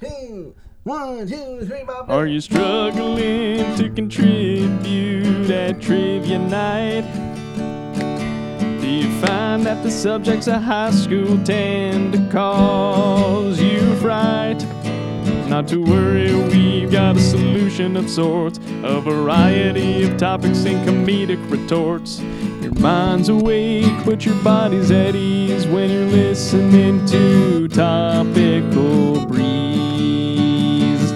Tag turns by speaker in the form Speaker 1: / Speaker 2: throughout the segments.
Speaker 1: two, one, two, three, Bob.
Speaker 2: Are you struggling to contribute at trivia night? Do you find that the subjects of high school tend to cause you fright? Not to worry, we've got a solution of sorts, a variety of topics and comedic retorts. Your mind's awake, but your body's at ease when you're listening to Topical Breeze.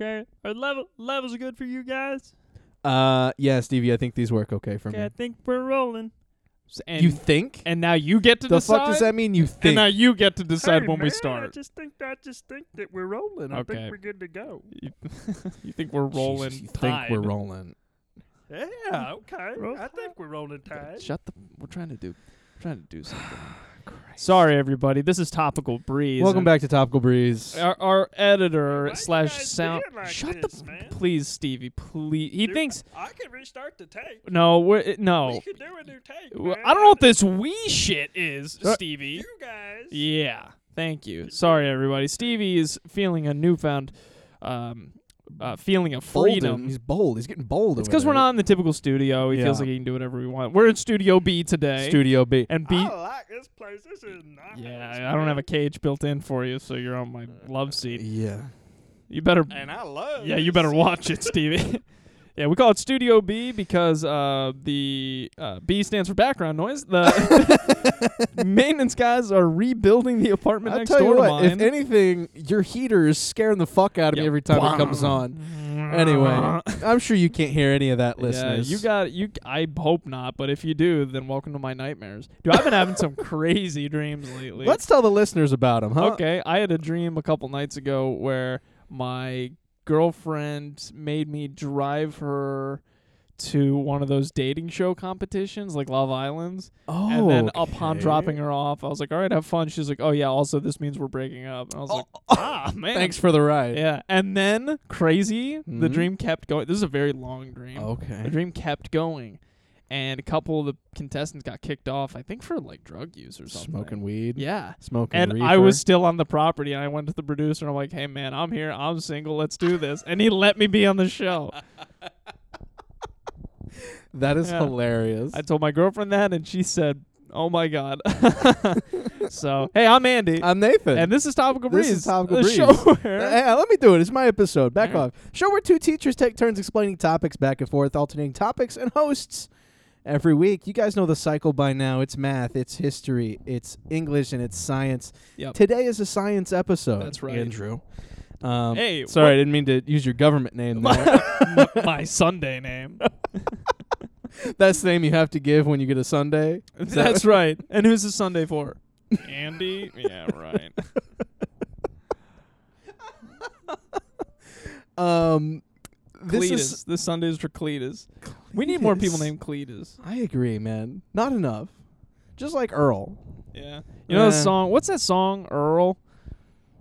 Speaker 2: Okay, are level levels good for you guys?
Speaker 3: Uh, yeah, Stevie, I think these work okay for
Speaker 2: Okay, I
Speaker 3: me.
Speaker 2: think we're rolling. S- And,
Speaker 3: you think?
Speaker 2: and now you get to
Speaker 3: the
Speaker 2: decide.
Speaker 3: fuck does that mean? You
Speaker 2: and
Speaker 3: think?
Speaker 2: now you get to decide when we
Speaker 4: I
Speaker 2: start.
Speaker 4: just think I just think that we're rolling. I
Speaker 2: Okay.
Speaker 4: think we're good to go.
Speaker 2: You, you think we're rolling?
Speaker 3: Jesus, you
Speaker 2: tide.
Speaker 3: think we're rolling?
Speaker 4: Yeah, okay.
Speaker 2: Roll
Speaker 4: I think we're rolling tide.
Speaker 3: Shut the. We're trying to do. We're trying to do something.
Speaker 2: Sorry, everybody. This is Topical Breeze.
Speaker 3: Welcome
Speaker 2: and
Speaker 3: back to Topical Breeze.
Speaker 2: Our, our editor
Speaker 4: Why you
Speaker 2: slash
Speaker 4: guys
Speaker 2: sound.
Speaker 4: being like
Speaker 2: Shut
Speaker 4: this,
Speaker 2: the.
Speaker 4: man?
Speaker 2: Please, Stevie. Please. He
Speaker 4: Dude,
Speaker 2: thinks.
Speaker 4: I can restart the tape.
Speaker 2: No, we're no.
Speaker 4: We could do a new tape.
Speaker 2: Well,
Speaker 4: man.
Speaker 2: I don't know what this we shit is,
Speaker 3: Uh,
Speaker 2: Stevie.
Speaker 4: You guys.
Speaker 2: Yeah. Thank you. Sorry, everybody. Stevie is feeling a newfound um, uh, feeling of
Speaker 3: Bold,
Speaker 2: freedom.
Speaker 3: He's bold. He's getting bold.
Speaker 2: It's
Speaker 3: over
Speaker 2: because we're
Speaker 3: there.
Speaker 2: not in the typical studio. He feels
Speaker 3: Yeah.
Speaker 2: like he can do whatever we want. We're in Studio B today.
Speaker 3: Studio B.
Speaker 2: and B.
Speaker 4: I like this place. This is nice.
Speaker 2: yeah, I don't have a
Speaker 4: man.
Speaker 2: cage built in for you, so you're on
Speaker 3: Uh,
Speaker 2: my love seat.
Speaker 3: Yeah.
Speaker 2: You better.
Speaker 4: And I love.
Speaker 2: Yeah, you
Speaker 4: this.
Speaker 2: better watch it, Stevie. yeah, we call it Studio B because uh, the uh, B stands for background noise. The maintenance guys are rebuilding the apartment
Speaker 3: I'll
Speaker 2: next
Speaker 3: tell you
Speaker 2: door to
Speaker 3: what.
Speaker 2: mine.
Speaker 3: If anything, your heater is scaring the fuck out of me
Speaker 2: Yeah.
Speaker 3: every time it comes on. Anyway, I'm sure you can't hear any of that, listeners.
Speaker 2: Yeah, you got you. I hope not, but if you do, then welcome to my nightmares. Dude, I've been having some crazy dreams lately.
Speaker 3: Let's tell the listeners about them, huh?
Speaker 2: Okay, I had a dream a couple nights ago where my girlfriend made me drive her to one of those dating show competitions like Love Islands,
Speaker 3: Oh.
Speaker 2: and then upon dropping her off, I was like, "All right, have fun." She's like, "Oh yeah, also this means we're breaking up." And I was like, "Ah, man."
Speaker 3: Oh, Thanks for the ride.
Speaker 2: Yeah, and then crazy, the
Speaker 3: Mhm.
Speaker 2: dream kept going. This is a very long dream. The
Speaker 3: Okay.
Speaker 2: dream kept going, and a couple of the contestants got kicked off. I think for like drug use or something.
Speaker 3: Smoking weed.
Speaker 2: Yeah.
Speaker 3: Smoking
Speaker 2: And I
Speaker 3: reefer.
Speaker 2: was still on the property, and I went to the producer. and I'm like, "Hey, man, I'm here. I'm single. Let's do this." And he let me be on the show.
Speaker 3: That is
Speaker 2: Yeah.
Speaker 3: hilarious.
Speaker 2: I told my girlfriend that, and she said, "Oh my god." so, hey, I'm Andy,
Speaker 3: I'm Nathan.
Speaker 2: and this is Topical Breeze.
Speaker 3: This is Topical
Speaker 2: the
Speaker 3: Breeze.
Speaker 2: Show where-
Speaker 3: Hey, let me do it. It's my episode. Back
Speaker 2: All right.
Speaker 3: off. Show where two teachers take turns explaining topics back and forth, alternating topics and hosts every week. You guys know the cycle by now. It's math, it's history, it's English, and it's science.
Speaker 2: Yep.
Speaker 3: Today is a science episode.
Speaker 2: That's right.
Speaker 3: Andrew. Um,
Speaker 2: Hey,
Speaker 3: sorry, I didn't mean to use your government name. There.
Speaker 2: my, my Sunday name.
Speaker 3: That's the name you have to give when you get a Sunday.
Speaker 2: That's right. And who's the Sunday for? Andy. Yeah, right.
Speaker 3: Um, this
Speaker 2: Cletus.
Speaker 3: is.
Speaker 2: this Sunday's for Cletus. We need more people
Speaker 3: Cletus.
Speaker 2: named Cletus.
Speaker 3: I agree, man. Not enough. Just like Earl.
Speaker 2: Yeah. You know the
Speaker 3: Yeah.
Speaker 2: song? What's that song? Earl.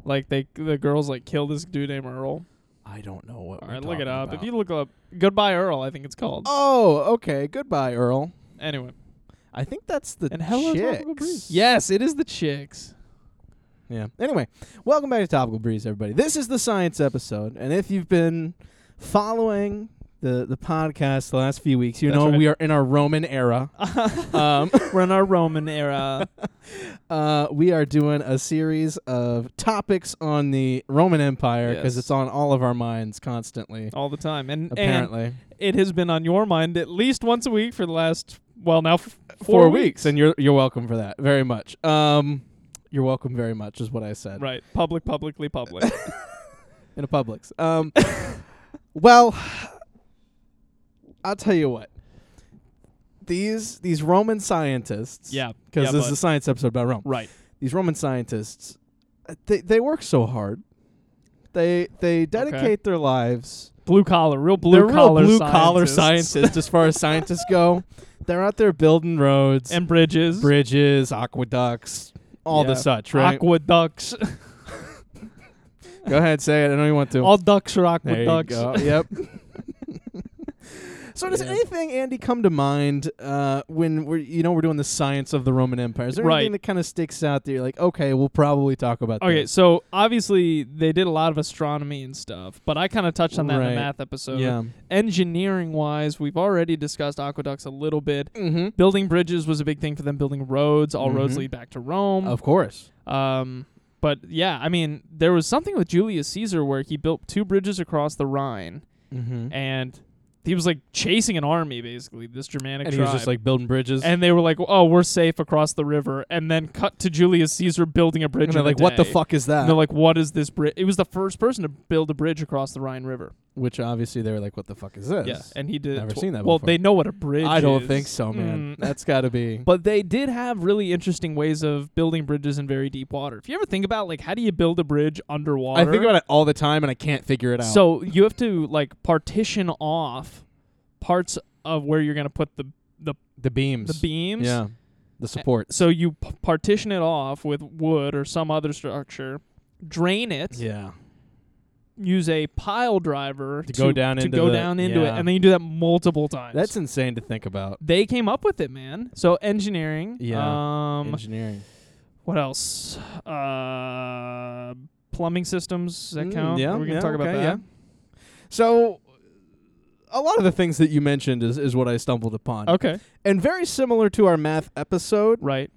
Speaker 2: Like they, the girls like kill this dude named Earl.
Speaker 3: I don't know what.
Speaker 2: All
Speaker 3: we're
Speaker 2: right, look it
Speaker 3: talking
Speaker 2: up.
Speaker 3: about.
Speaker 2: If you look up "Goodbye Earl," I think it's called.
Speaker 3: Oh, okay. Goodbye, Earl.
Speaker 2: Anyway,
Speaker 3: I think that's the
Speaker 2: and hello, Tropical
Speaker 3: Chicks.
Speaker 2: Breeze. Yes, it is the chicks.
Speaker 3: Yeah. Anyway, welcome back to Topical Breeze, everybody. This is the science episode, and if you've been following the the podcast the last few weeks, you
Speaker 2: That's
Speaker 3: know
Speaker 2: right.
Speaker 3: we are in our Roman era. um,
Speaker 2: We're in our Roman era.
Speaker 3: uh, we are doing a series of topics on the Roman Empire because
Speaker 2: Yes.
Speaker 3: it's on all of our minds constantly.
Speaker 2: all the time, and and
Speaker 3: Apparently,
Speaker 2: it has been on your mind at least once a week for the last well now f-
Speaker 3: four,
Speaker 2: four,
Speaker 3: weeks, and you're you're welcome for that very much. Um, you're welcome very much is what I said.
Speaker 2: right public publicly public
Speaker 3: in a Publix. Um, well, I'll tell you what. These these Roman scientists,
Speaker 2: yeah
Speaker 3: because
Speaker 2: yeah,
Speaker 3: this
Speaker 2: bud.
Speaker 3: is a science episode about Rome.
Speaker 2: right
Speaker 3: These Roman scientists, uh, they they work so hard. They they dedicate their lives.
Speaker 2: blue collar real blue
Speaker 3: They're
Speaker 2: collar
Speaker 3: real blue collar
Speaker 2: scientists.
Speaker 3: scientists, as far as scientists go. They're out there building roads
Speaker 2: and bridges
Speaker 3: bridges, aqueducts, all the
Speaker 2: Yeah.
Speaker 3: such. Right?
Speaker 2: aqueducts
Speaker 3: go ahead, say it. I know you want to.
Speaker 2: all ducks are
Speaker 3: There you
Speaker 2: aqueducts
Speaker 3: go. Yep. So does
Speaker 2: Yeah.
Speaker 3: anything, Andy, come to mind uh, when we're you know we're doing the science of the Roman Empire? Is there
Speaker 2: Right.
Speaker 3: anything that kind of sticks out that you're like, okay, we'll probably talk about
Speaker 2: Okay,
Speaker 3: this?
Speaker 2: so obviously they did a lot of astronomy and stuff, but I kind of touched on that in
Speaker 3: Right.
Speaker 2: the math episode.
Speaker 3: yeah.
Speaker 2: Engineering wise, we've already discussed aqueducts a little bit.
Speaker 3: Mm-hmm.
Speaker 2: Building bridges was a big thing for them. Building roads, all roads
Speaker 3: Mhm.
Speaker 2: lead back to Rome.
Speaker 3: Of course.
Speaker 2: Um, but yeah, I mean, there was something with Julius Caesar where he built two bridges across the Rhine,
Speaker 3: Mm-hmm.
Speaker 2: and he was like chasing an army, basically this Germanic
Speaker 3: And he
Speaker 2: tribe.
Speaker 3: was just like building bridges.
Speaker 2: and they were like, "Oh, we're safe across the river," and then cut to Julius Caesar building a bridge.
Speaker 3: And they're
Speaker 2: in a
Speaker 3: like, what the
Speaker 2: day."
Speaker 3: fuck is that?
Speaker 2: And they're like, "What is this bridge?" It was the first person to build a bridge across the Rhine River.
Speaker 3: Which obviously they were like, what the fuck is this?
Speaker 2: Yeah, and he did. it
Speaker 3: Never
Speaker 2: tw-
Speaker 3: seen that
Speaker 2: Well,
Speaker 3: before.
Speaker 2: they know what a bridge.
Speaker 3: I don't
Speaker 2: is.
Speaker 3: think so, man.
Speaker 2: Mm.
Speaker 3: That's got to be.
Speaker 2: But they did have really interesting ways of building bridges in very deep water. If you ever think about like how do you build a bridge underwater?
Speaker 3: I think about it all the time, and I can't figure it out.
Speaker 2: So you have to like partition off parts of where you're gonna put the
Speaker 3: the beams,
Speaker 2: the beams.
Speaker 3: yeah, the support.
Speaker 2: So you p- partition it off with wood or some other structure, drain it,
Speaker 3: yeah,
Speaker 2: use a pile driver
Speaker 3: To go down
Speaker 2: to
Speaker 3: into
Speaker 2: go
Speaker 3: the-
Speaker 2: down into
Speaker 3: yeah.
Speaker 2: it, and then you do that multiple times.
Speaker 3: that's insane to think about.
Speaker 2: they came up with it, man. So engineering.
Speaker 3: Yeah.
Speaker 2: Um,
Speaker 3: Engineering.
Speaker 2: what else? Uh, plumbing systems. Does that
Speaker 3: Mm,
Speaker 2: count?
Speaker 3: yeah,
Speaker 2: We're gonna
Speaker 3: yeah,
Speaker 2: talk about
Speaker 3: okay,
Speaker 2: that.
Speaker 3: So, a lot of the things that you mentioned is, is what I stumbled upon.
Speaker 2: Okay.
Speaker 3: And very similar to our math episode,
Speaker 2: Right.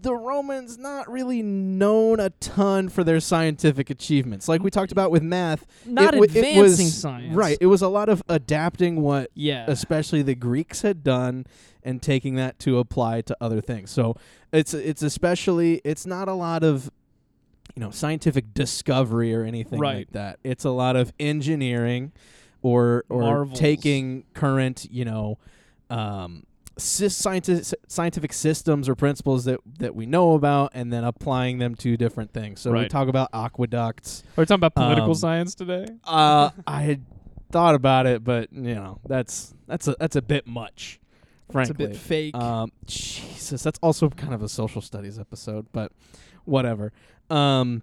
Speaker 3: the Romans not really known a ton for their scientific achievements. Like we talked about with math,
Speaker 2: Not
Speaker 3: it, wa-
Speaker 2: advancing
Speaker 3: it was,
Speaker 2: science.
Speaker 3: Right. It was a lot of adapting what
Speaker 2: Yeah.
Speaker 3: especially the Greeks had done and taking that to apply to other things. So it's it's especially it's not a lot of you know scientific discovery or anything
Speaker 2: Right.
Speaker 3: like that. It's a lot of engineering or or
Speaker 2: Marvels.
Speaker 3: taking current, you know, um sys- scientific scientific systems or principles that that we know about and then applying them to different things. So we
Speaker 2: Right.
Speaker 3: talk about aqueducts.
Speaker 2: We're talking about political
Speaker 3: um,
Speaker 2: science today.
Speaker 3: Uh I had thought about it, but you know, that's that's a that's a bit much.
Speaker 2: It's a
Speaker 3: Frankly.
Speaker 2: bit fake.
Speaker 3: Um, Jesus, that's also kind of a social studies episode, but whatever. Um,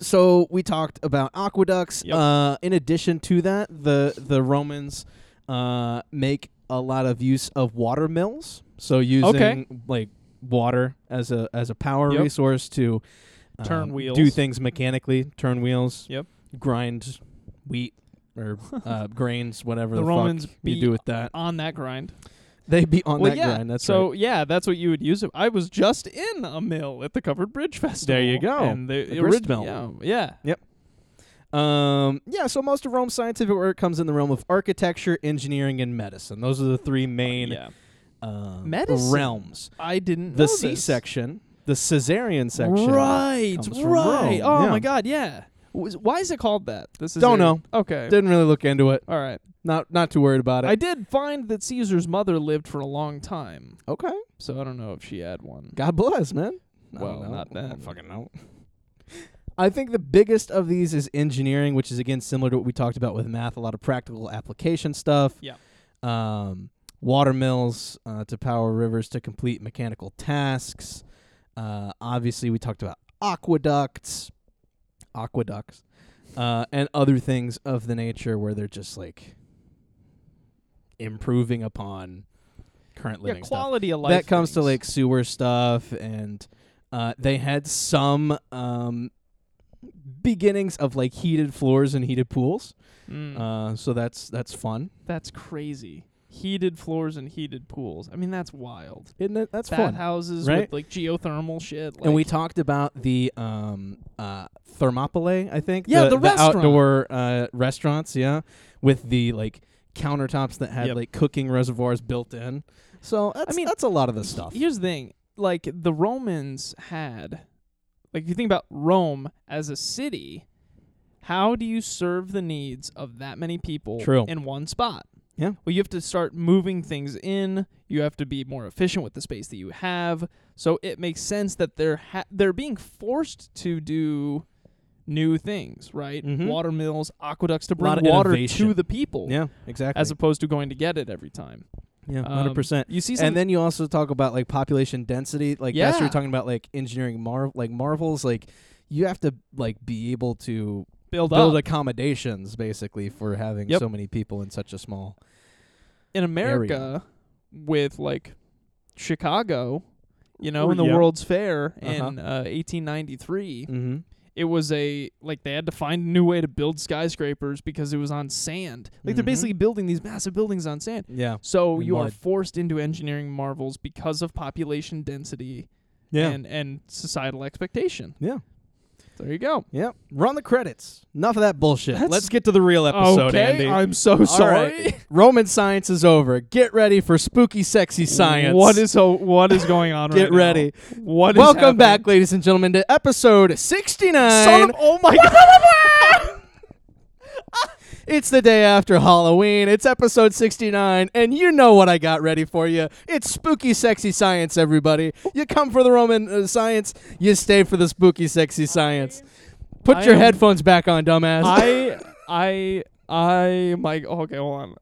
Speaker 3: so we talked about aqueducts.
Speaker 2: Yep.
Speaker 3: Uh, in addition to that, the the Romans uh, make a lot of use of water mills. So using
Speaker 2: Okay.
Speaker 3: like water as a as a power
Speaker 2: Yep.
Speaker 3: resource to um,
Speaker 2: Turn
Speaker 3: do
Speaker 2: wheels.
Speaker 3: things mechanically, turn wheels.
Speaker 2: Yep.
Speaker 3: Grind wheat or uh, grains, whatever the,
Speaker 2: the
Speaker 3: fuck
Speaker 2: Romans
Speaker 3: you
Speaker 2: be
Speaker 3: do with that.
Speaker 2: on that grind.
Speaker 3: They be on
Speaker 2: well,
Speaker 3: that
Speaker 2: yeah.
Speaker 3: grind. That's right.
Speaker 2: so yeah, that's what you would use it. I was just in a mill at the Covered Bridge Festival.
Speaker 3: There you go.
Speaker 2: And the,
Speaker 3: The
Speaker 2: the
Speaker 3: grist
Speaker 2: orig-
Speaker 3: mill.
Speaker 2: Yeah, yeah.
Speaker 3: Um, yeah, so most of Rome's scientific work comes in the realm of architecture, engineering, and medicine. Those are the three main
Speaker 2: yeah.
Speaker 3: um,
Speaker 2: Medicine?
Speaker 3: realms.
Speaker 2: I didn't.
Speaker 3: The
Speaker 2: know
Speaker 3: C
Speaker 2: this.
Speaker 3: section, the cesarean section.
Speaker 2: Right.
Speaker 3: comes from
Speaker 2: Right.
Speaker 3: Rome,
Speaker 2: Oh
Speaker 3: yeah.
Speaker 2: my God. Yeah. Was- Why is it called that? This is
Speaker 3: Don't
Speaker 2: a-
Speaker 3: know.
Speaker 2: Okay.
Speaker 3: Didn't really look into it.
Speaker 2: All right.
Speaker 3: Not not too worried about it.
Speaker 2: I did find that Caesar's mother lived for a long time,
Speaker 3: okay.
Speaker 2: so I don't know if she had one.
Speaker 3: God bless, man. I
Speaker 2: Well,
Speaker 3: don't know.
Speaker 2: not
Speaker 3: I
Speaker 2: that.
Speaker 3: don't fucking know. I think the biggest of these is engineering, which is again similar to what we talked about with math. A lot of practical application stuff.
Speaker 2: Yeah.
Speaker 3: Um, water mills uh, to power rivers to complete mechanical tasks. Uh, obviously, we talked about aqueducts, aqueducts, uh, and other things of the nature where they're just like improving upon current
Speaker 2: Yeah,
Speaker 3: living stuff
Speaker 2: quality of life.
Speaker 3: that comes to
Speaker 2: things.
Speaker 3: like sewer stuff and uh, they had some um, beginnings of like heated floors and heated pools
Speaker 2: Mm.
Speaker 3: uh, so that's that's fun
Speaker 2: That's crazy. Heated floors and heated pools. I mean, that's wild.
Speaker 3: isn't it that's
Speaker 2: Fat
Speaker 3: fun
Speaker 2: houses
Speaker 3: right?
Speaker 2: with like geothermal shit. Like,
Speaker 3: and we talked about the um, uh, Thermopylae, I think.
Speaker 2: Yeah, the restaurant.
Speaker 3: outdoor uh, restaurants, yeah, with the like countertops that had
Speaker 2: Yep.
Speaker 3: like cooking reservoirs built in. So that's,
Speaker 2: mean,
Speaker 3: that's a lot of the stuff.
Speaker 2: Here's the thing. Like the Romans had like if you think about Rome as a city, how do you serve the needs of that many people
Speaker 3: True.
Speaker 2: in one spot?
Speaker 3: Yeah.
Speaker 2: Well, you have to start moving things in. You have to be more efficient with the space that you have. So it makes sense that they're ha- they're being forced to do new things, right?
Speaker 3: Mhm.
Speaker 2: Water mills, aqueducts to
Speaker 3: Lot
Speaker 2: bring
Speaker 3: of
Speaker 2: water
Speaker 3: innovation.
Speaker 2: to the people,
Speaker 3: yeah, exactly.
Speaker 2: as opposed to going to get it every time.
Speaker 3: yeah,
Speaker 2: Um,
Speaker 3: hundred percent.
Speaker 2: You see, some
Speaker 3: and then you also talk about like population density like that's what you're
Speaker 2: Yeah.
Speaker 3: talking about like engineering mar- like marvels like you have to like be able to
Speaker 2: build,
Speaker 3: build
Speaker 2: up.
Speaker 3: accommodations basically for having
Speaker 2: Yep.
Speaker 3: so many people in such a small
Speaker 2: in America with like Chicago, you know, in the
Speaker 3: Yeah.
Speaker 2: World's Fair in
Speaker 3: Uh-huh.
Speaker 2: uh, 1893,
Speaker 3: Mm-hmm.
Speaker 2: it was a like they had to find a new way to build skyscrapers because it was on sand. Like they're
Speaker 3: Mhm.
Speaker 2: basically building these massive buildings on sand.
Speaker 3: Yeah.
Speaker 2: So
Speaker 3: And
Speaker 2: you are
Speaker 3: mud.
Speaker 2: forced into engineering marvels because of population density
Speaker 3: Yeah.
Speaker 2: and and societal expectation.
Speaker 3: yeah.
Speaker 2: There you go.
Speaker 3: Yeah. Run the credits. Enough of that bullshit.
Speaker 2: That's-
Speaker 3: Let's get to the real episode,
Speaker 2: okay,
Speaker 3: Andy.
Speaker 2: I'm so
Speaker 3: All
Speaker 2: sorry.
Speaker 3: right. Roman science is over. Get ready for spooky, sexy science.
Speaker 2: What is so? What is going on?
Speaker 3: Get
Speaker 2: right now?
Speaker 3: ready.
Speaker 2: What? is
Speaker 3: Welcome
Speaker 2: happening?
Speaker 3: back, ladies and gentlemen, to episode 69.
Speaker 2: Son of, oh my god!
Speaker 3: It's the day after Halloween. It's episode 69, and you know what I got ready for you. It's spooky, sexy science, everybody. You come for the Roman uh, science, you stay for the spooky, sexy science. Put
Speaker 2: I
Speaker 3: your
Speaker 2: am-
Speaker 3: headphones back on, dumbass.
Speaker 2: I I I my okay, hold on.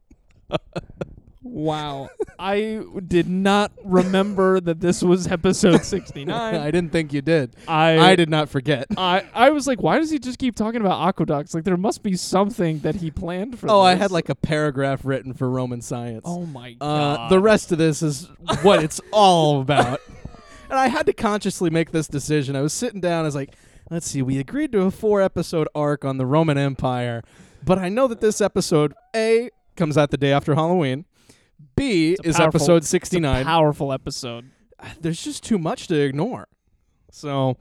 Speaker 2: Wow, I did not remember that this was episode sixty
Speaker 3: I
Speaker 2: nine.
Speaker 3: didn't think you did.
Speaker 2: I
Speaker 3: I did not forget.
Speaker 2: I, I was like, why does he just keep talking about aqueducts? Like, there must be something that he planned for.
Speaker 3: Oh, I
Speaker 2: this.
Speaker 3: had like a paragraph written for Roman science.
Speaker 2: Oh my god.
Speaker 3: Uh, the rest of this is what it's all about. And I had to consciously make this decision. I was sitting down. I was like, let's see, we agreed to a four episode arc on the Roman Empire, but I know that this episode, A, comes out the day after Halloween, B,
Speaker 2: a
Speaker 3: is
Speaker 2: powerful-
Speaker 3: episode
Speaker 2: It's a
Speaker 3: 69.
Speaker 2: powerful episode.
Speaker 3: There's just too much to ignore. So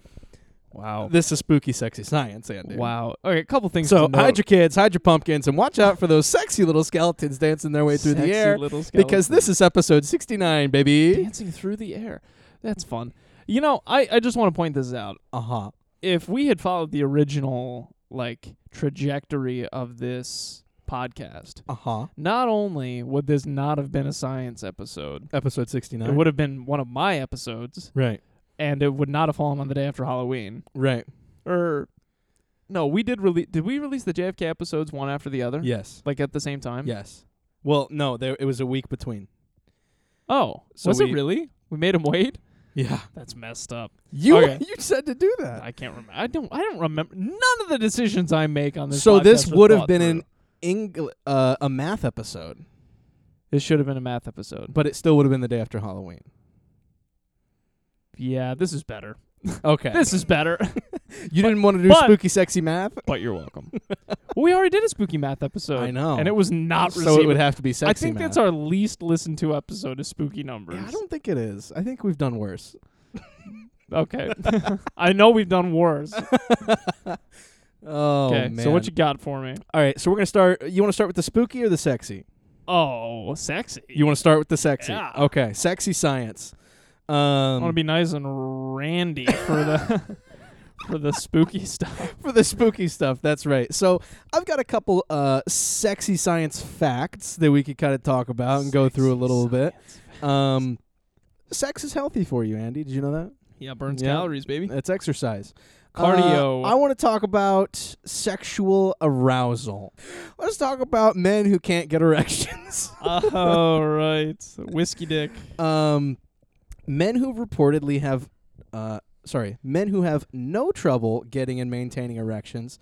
Speaker 2: Wow.
Speaker 3: this is spooky, sexy science, Andy.
Speaker 2: Wow. Okay, a couple things.
Speaker 3: So
Speaker 2: to note.
Speaker 3: hide your kids, hide your pumpkins, and watch out for those sexy little skeletons dancing their way through
Speaker 2: Sexy
Speaker 3: the air.
Speaker 2: little skeleton.
Speaker 3: Because this is episode 69, baby.
Speaker 2: dancing through the air. That's fun. You know, I, I just want to point this out.
Speaker 3: Uh huh.
Speaker 2: If we had followed the original like trajectory of this podcast,
Speaker 3: Uh huh.
Speaker 2: not only would this not have been a science episode,
Speaker 3: Episode
Speaker 2: it
Speaker 3: 69.
Speaker 2: would have been one of my episodes,
Speaker 3: right.
Speaker 2: and it would not have fallen on the day after Halloween.
Speaker 3: Right.
Speaker 2: Or no, we did release. Did we release the JFK episodes one after the other?
Speaker 3: Yes.
Speaker 2: Like at the same time?
Speaker 3: Yes. Well, no, there it was a week between.
Speaker 2: Oh,
Speaker 3: So
Speaker 2: was
Speaker 3: we-
Speaker 2: it really? We made him wait.
Speaker 3: Yeah.
Speaker 2: That's messed up.
Speaker 3: You
Speaker 2: Okay.
Speaker 3: you said to do that.
Speaker 2: I can't remember. I don't. I don't remember none of the decisions I make on this.
Speaker 3: so this
Speaker 2: podcast are
Speaker 3: would have
Speaker 2: thought
Speaker 3: been
Speaker 2: through.
Speaker 3: an Engl- uh, a math episode,
Speaker 2: This should have been a math episode.
Speaker 3: but it still would have been the day after Halloween.
Speaker 2: Yeah, this is better.
Speaker 3: Okay.
Speaker 2: This is better.
Speaker 3: you didn't want to do
Speaker 2: but-
Speaker 3: spooky sexy math?
Speaker 2: but you're welcome. we already did a spooky math episode.
Speaker 3: I know.
Speaker 2: and it was not.
Speaker 3: so
Speaker 2: received.
Speaker 3: it would have to be sexy
Speaker 2: I think
Speaker 3: math.
Speaker 2: that's our least listened to episode of spooky numbers.
Speaker 3: Yeah, I don't think it is. I think we've done worse.
Speaker 2: Okay. I know we've done worse.
Speaker 3: Oh
Speaker 2: Okay.
Speaker 3: man.
Speaker 2: so what you got for me?
Speaker 3: All right, so we're going to start you want to start with the spooky or the sexy?
Speaker 2: Oh, sexy.
Speaker 3: You want to start with the sexy?
Speaker 2: Yeah.
Speaker 3: Okay, sexy science. Um,
Speaker 2: I want to be nice and randy for the for the spooky stuff.
Speaker 3: for the spooky stuff. That's right. So I've got a couple uh, sexy science facts that we could kind of talk about and go through a little bit. Um, sex is healthy for you, Andy. Did you know that?
Speaker 2: Yeah, burns
Speaker 3: Yeah.
Speaker 2: calories, baby.
Speaker 3: It's exercise.
Speaker 2: Cardio.
Speaker 3: Uh, I want to talk about sexual arousal. Let's talk about men who can't get erections.
Speaker 2: All Oh, right. Whiskey dick.
Speaker 3: um, men who reportedly have, uh, sorry, men who have no trouble getting and maintaining erections.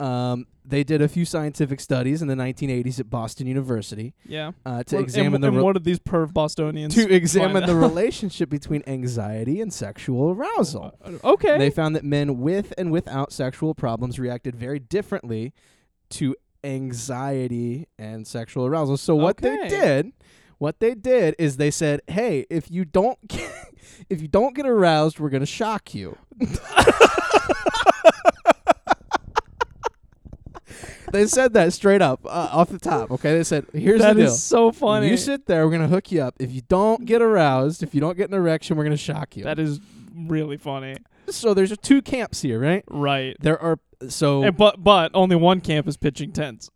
Speaker 3: Um, they did a few scientific studies in the 1980s at Boston University
Speaker 2: Yeah.
Speaker 3: uh, to
Speaker 2: What- and-
Speaker 3: examine the
Speaker 2: and
Speaker 3: re-
Speaker 2: what did these perv Bostonians
Speaker 3: to examine
Speaker 2: find
Speaker 3: the
Speaker 2: out?
Speaker 3: relationship between anxiety and sexual arousal.
Speaker 2: Uh, Okay.
Speaker 3: They found that men with and without sexual problems reacted very differently to anxiety and sexual arousal. So what
Speaker 2: Okay.
Speaker 3: they did, what they did is they said, "Hey, if you don't if you don't get aroused, we're going to shock you." they said that straight up uh, off the top, okay? They said, "Here's
Speaker 2: That
Speaker 3: the deal.
Speaker 2: is so funny.
Speaker 3: You sit there, we're going to hook you up. If you don't get aroused, if you don't get an erection, we're going to shock you."
Speaker 2: that is really funny.
Speaker 3: so there's two camps here, right?
Speaker 2: Right.
Speaker 3: There are so
Speaker 2: And, but but only one camp is pitching tents.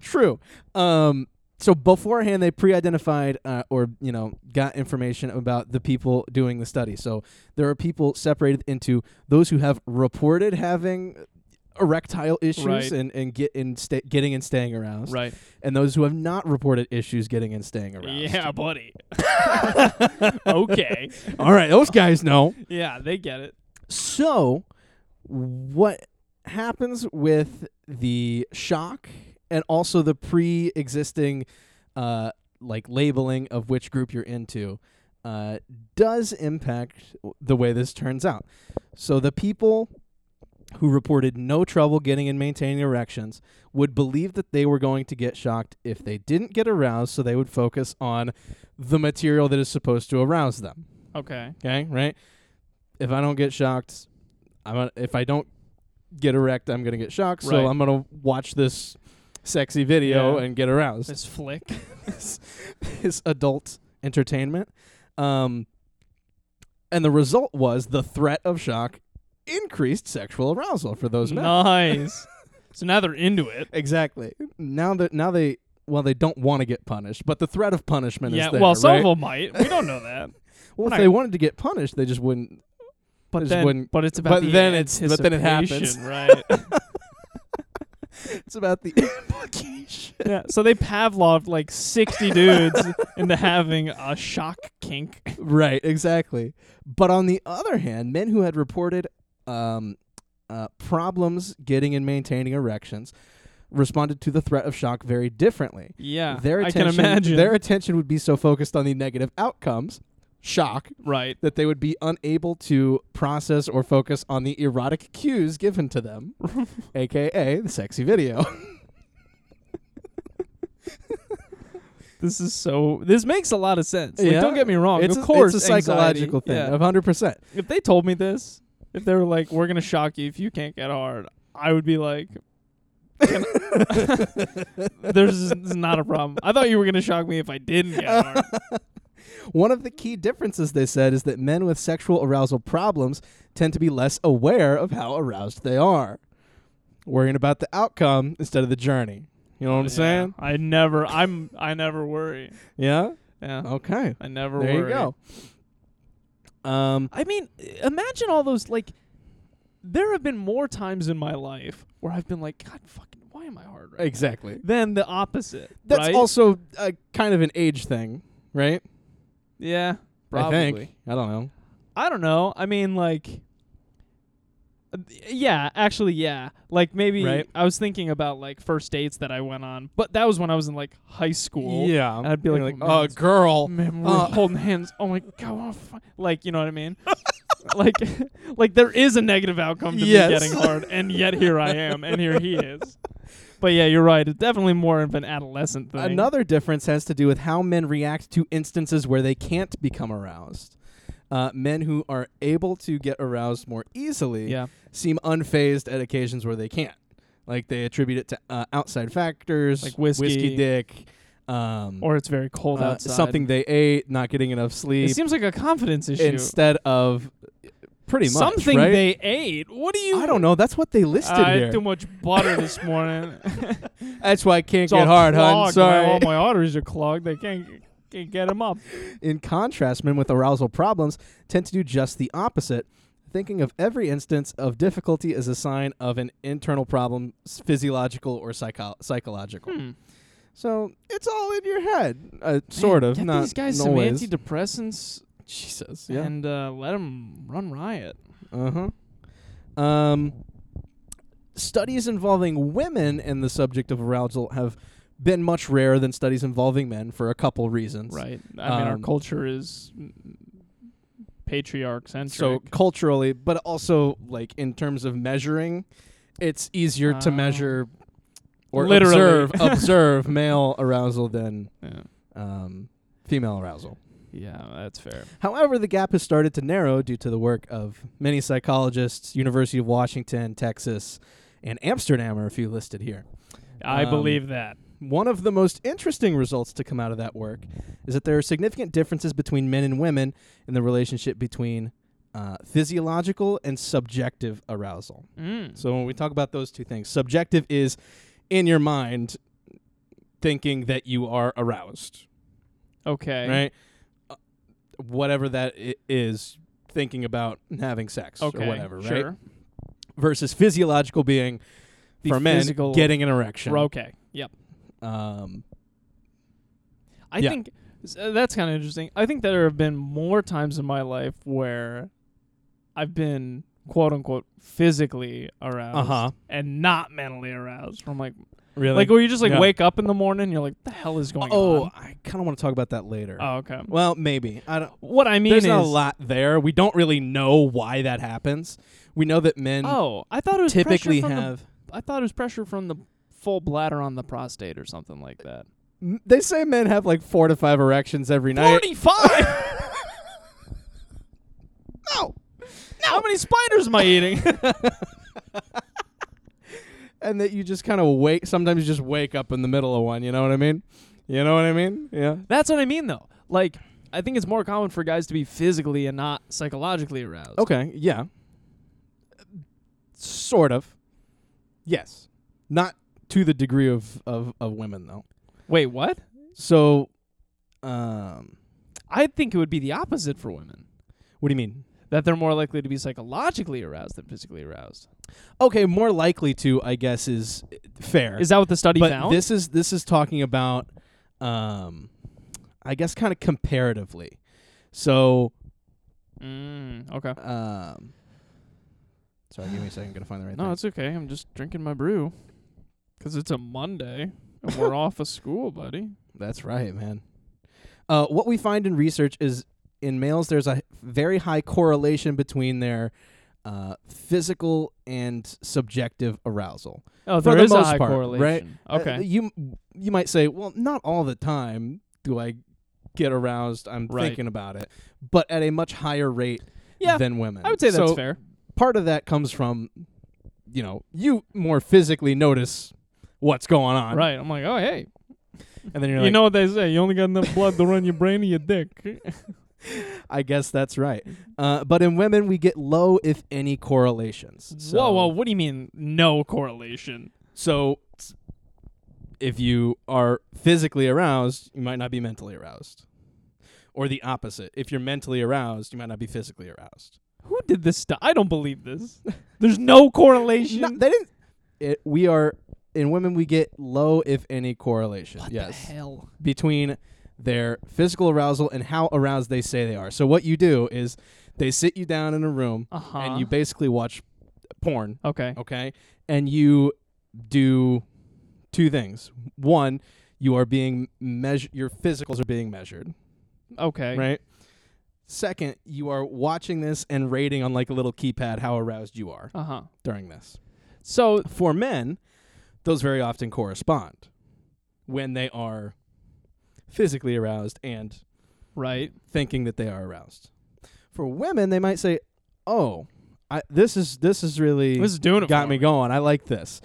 Speaker 3: true. Um, so beforehand, they pre-identified uh, or you know got information about the people doing the study. So there are people separated into those who have reported having erectile issues
Speaker 2: Right.
Speaker 3: and and get in sta- getting and staying aroused,
Speaker 2: Right.
Speaker 3: and those who have not reported issues getting and staying aroused.
Speaker 2: Yeah, buddy. okay.
Speaker 3: All right, those guys know.
Speaker 2: Yeah, they get it.
Speaker 3: So, what happens with the shock and also the pre-existing uh, like labeling of which group you're into uh, does impact w- the way this turns out. So the people who reported no trouble getting and maintaining erections would believe that they were going to get shocked if they didn't get aroused, so they would focus on the material that is supposed to arouse them.
Speaker 2: Okay.
Speaker 3: Okay, right? If I don't get shocked, I'm gonna, if I don't get erect, I'm gonna get shocked.
Speaker 2: Right.
Speaker 3: So I'm gonna watch this sexy video
Speaker 2: Yeah.
Speaker 3: and get aroused.
Speaker 2: This flick.
Speaker 3: This is adult entertainment, um, and the result was the threat of shock increased sexual arousal for those men.
Speaker 2: Nice. so now they're into it.
Speaker 3: Exactly. Now that now they well they don't want to get punished, but the threat of punishment
Speaker 2: yeah.
Speaker 3: is there.
Speaker 2: well, some
Speaker 3: right?
Speaker 2: of them might. We don't know that.
Speaker 3: well, if
Speaker 2: not-
Speaker 3: they wanted to get punished, they just wouldn't
Speaker 2: But
Speaker 3: just
Speaker 2: then,
Speaker 3: wouldn't-
Speaker 2: but it's about
Speaker 3: but
Speaker 2: the
Speaker 3: then it's- but then it happens.
Speaker 2: anticipation, right?
Speaker 3: It's about the implication.
Speaker 2: yeah. So they Pavlov like sixty dudes into having a shock kink.
Speaker 3: right, exactly. But on the other hand, men who had reported um, uh, problems getting and maintaining erections responded to the threat of shock very differently.
Speaker 2: Yeah,
Speaker 3: Their
Speaker 2: I
Speaker 3: attention,
Speaker 2: can imagine.
Speaker 3: Their attention would be so focused on the negative outcomes, shock,
Speaker 2: right,
Speaker 3: that they would be unable to process or focus on the erotic cues given to them, aka the sexy video.
Speaker 2: this is so. This makes a lot of sense. Like,
Speaker 3: Yeah.
Speaker 2: don't get me wrong.
Speaker 3: it's,
Speaker 2: Oh, of
Speaker 3: a,
Speaker 2: course,
Speaker 3: it's a psychological
Speaker 2: anxiety-
Speaker 3: thing,
Speaker 2: yeah.
Speaker 3: of 100%.
Speaker 2: If they told me this, if they were like, "We're gonna shock you if you can't get hard," I would be like, can- "There's this is not a problem." I thought you were gonna shock me if I didn't get hard.
Speaker 3: One of the key differences, they said, is that men with sexual arousal problems tend to be less aware of how aroused they are, worrying about the outcome instead of the journey. You know what I'm saying?
Speaker 2: I never. I'm. I never worry.
Speaker 3: Yeah.
Speaker 2: Yeah,
Speaker 3: Okay.
Speaker 2: I never
Speaker 3: There you
Speaker 2: worry.
Speaker 3: go. Um.
Speaker 2: I mean, imagine all those like there have been more times in my life where I've been like, God fucking why am I hard right?
Speaker 3: Exactly.
Speaker 2: now?" Then the opposite.
Speaker 3: That's
Speaker 2: right?
Speaker 3: also uh, kind of an age thing, right?
Speaker 2: Yeah. Probably.
Speaker 3: I think. I don't know.
Speaker 2: I don't know. I mean like uh, yeah, actually yeah. Like maybe
Speaker 3: Right.
Speaker 2: I was thinking about like first dates that I went on, but that was when I was in like high school.
Speaker 3: Yeah.
Speaker 2: And I'd be
Speaker 3: You're
Speaker 2: like,
Speaker 3: oh,
Speaker 2: "Man, it's-
Speaker 3: girl.
Speaker 2: Man, we're
Speaker 3: Uh,
Speaker 2: holding hands. Oh my god, what fu-" like you know what I mean? like, like there is a negative outcome to
Speaker 3: Yes.
Speaker 2: me getting hard, and yet here I am, and here he is. But yeah, you're right. It's definitely more of an adolescent thing.
Speaker 3: Another difference has to do with how men react to instances where they can't become aroused. Uh, men who are able to get aroused more easily
Speaker 2: yeah,
Speaker 3: seem unfazed at occasions where they can't. Like they attribute it to uh, outside factors,
Speaker 2: Like whiskey.
Speaker 3: dick, um,
Speaker 2: or it's very cold
Speaker 3: uh,
Speaker 2: outside.
Speaker 3: something they ate, not getting enough
Speaker 2: It
Speaker 3: sleep,
Speaker 2: seems like a confidence issue.
Speaker 3: instead of uh, pretty much
Speaker 2: something
Speaker 3: right?
Speaker 2: they ate. What do you?
Speaker 3: I don't know. That's what they listed
Speaker 2: I
Speaker 3: here.
Speaker 2: had too much butter this morning.
Speaker 3: That's why I can't
Speaker 2: all
Speaker 3: get hard,
Speaker 2: clogged. Oh
Speaker 3: hun.
Speaker 2: My-
Speaker 3: Sorry.
Speaker 2: all my arteries are clogged. They can't can't get them up.
Speaker 3: In contrast, men with arousal problems tend to do just the opposite, thinking of every instance of difficulty as a sign of an internal problem, s- physiological or psycho- psychological.
Speaker 2: Hmm.
Speaker 3: So it's all in your head, uh, sort
Speaker 2: Man,
Speaker 3: of.
Speaker 2: Get
Speaker 3: not
Speaker 2: these guys
Speaker 3: no
Speaker 2: some
Speaker 3: ways.
Speaker 2: antidepressants
Speaker 3: Jesus. Yeah.
Speaker 2: and uh, let them run riot.
Speaker 3: Uh huh. Um, studies involving women and the subject of arousal have been much rarer than studies involving men for a couple reasons.
Speaker 2: Right. I mean, our
Speaker 3: Um,
Speaker 2: culture is patriarch centric.
Speaker 3: so culturally but also like in terms of measuring it's easier to
Speaker 2: Oh.
Speaker 3: measure or
Speaker 2: Literally.
Speaker 3: observe observe male arousal than
Speaker 2: yeah.
Speaker 3: um, female arousal
Speaker 2: yeah, that's fair.
Speaker 3: however the gap has started to narrow due to the work of many psychologists university of washington texas and amsterdam are a few listed here
Speaker 2: I
Speaker 3: Um,
Speaker 2: believe that.
Speaker 3: one of the most interesting results to come out of that work is that there are significant differences between men and women in the relationship between uh, physiological and subjective arousal.
Speaker 2: Mm.
Speaker 3: So when we talk about those two things, subjective is in your mind thinking that you are aroused,
Speaker 2: Okay.
Speaker 3: right? Uh, whatever that i- is, thinking about having sex
Speaker 2: Okay.
Speaker 3: or whatever, right?
Speaker 2: Sure.
Speaker 3: Versus physiological being
Speaker 2: The
Speaker 3: for men
Speaker 2: physical-
Speaker 3: getting an erection.
Speaker 2: Okay. Yep.
Speaker 3: Um,
Speaker 2: I
Speaker 3: Yeah.
Speaker 2: think s- uh, that's kind of interesting. I think there have been more times in my life where I've been quote unquote physically aroused
Speaker 3: Uh-huh.
Speaker 2: and not mentally aroused. Where I'm like, Like,
Speaker 3: Really?
Speaker 2: where you just like
Speaker 3: Yeah.
Speaker 2: wake up in the morning, and you're like, the hell is going
Speaker 3: oh,
Speaker 2: on?
Speaker 3: I kind of want to talk about that later.
Speaker 2: Oh, okay.
Speaker 3: well, maybe. I don't.
Speaker 2: What I mean
Speaker 3: There's
Speaker 2: is,
Speaker 3: not a lot there. We don't really know why that happens. We know that men
Speaker 2: oh, I thought it was pressure
Speaker 3: typically
Speaker 2: from the-
Speaker 3: have.
Speaker 2: I thought it was pressure from the full bladder on the prostate or something like that.
Speaker 3: M- They say men have like four to five erections every night.
Speaker 2: Forty-five.
Speaker 3: No.
Speaker 2: How many spiders am I eating?
Speaker 3: And that you just kind of wake. Sometimes you just wake up in the middle of one. You know what I mean? You know what I mean? Yeah.
Speaker 2: That's what I mean, though. Like, I think it's more common for guys to be physically and not psychologically aroused.
Speaker 3: Okay. Yeah. Sort of. Yes. Not to the degree of of, of women though.
Speaker 2: Wait, what?
Speaker 3: So, um,
Speaker 2: I think it would be the opposite for women.
Speaker 3: what do you mean?
Speaker 2: That they're more likely to be psychologically aroused than physically aroused.
Speaker 3: Okay, more likely to, I guess, is uh, fair.
Speaker 2: Is that what the study
Speaker 3: but
Speaker 2: found?
Speaker 3: this is this is talking about, um, I guess, kind of comparatively. So,
Speaker 2: mm, okay.
Speaker 3: um, sorry, give me a second. I'm gonna find the right
Speaker 2: No,
Speaker 3: thing.
Speaker 2: it's okay. I'm just drinking my brew. Because it's a Monday and we're off of school, buddy.
Speaker 3: That's right, man. Uh, what we find in research is in males, there's a very high correlation between their uh, physical and subjective arousal.
Speaker 2: Oh,
Speaker 3: For
Speaker 2: there
Speaker 3: the
Speaker 2: is a
Speaker 3: most
Speaker 2: high
Speaker 3: part, right?
Speaker 2: correlation.
Speaker 3: Uh,
Speaker 2: Okay.
Speaker 3: you you might say, well, not all the time do I get aroused. I'm
Speaker 2: Right.
Speaker 3: thinking about it, but at a much higher rate
Speaker 2: Yeah,
Speaker 3: than women.
Speaker 2: I would say that's
Speaker 3: So
Speaker 2: fair.
Speaker 3: Part of that comes from, you know, you more physically notice what's going on,
Speaker 2: Right. I'm like, oh, hey.
Speaker 3: And then you're
Speaker 2: you
Speaker 3: like,
Speaker 2: know what they say. You only got enough blood to run your brain to your dick.
Speaker 3: I guess that's right. Uh, but in women, we get low, if any, correlations. So,
Speaker 2: whoa, whoa, what do you mean no correlation?
Speaker 3: So if you are physically aroused, you might not be mentally aroused. Or the opposite. If you're mentally aroused, you might not be physically aroused.
Speaker 2: Who did this stuff? I don't believe this. There's no correlation.
Speaker 3: No, they didn't. It, we are in women. We get low, if any, correlation. yes,
Speaker 2: hell.
Speaker 3: between their physical arousal and how aroused they say they are. So what you do is they sit you down in a room
Speaker 2: Uh-huh.
Speaker 3: and you basically watch porn.
Speaker 2: Okay.
Speaker 3: okay and you do two things one you are being measured your physicals are being measured
Speaker 2: Okay.
Speaker 3: Oh, right second you are watching this and rating on like a little keypad how aroused you are
Speaker 2: Uh huh.
Speaker 3: during this
Speaker 2: So
Speaker 3: for men those very often correspond when they are physically aroused and
Speaker 2: right.
Speaker 3: thinking that they are aroused for women they might say oh I, this is this is really
Speaker 2: This is doing it.
Speaker 3: got
Speaker 2: for
Speaker 3: me going. I like this.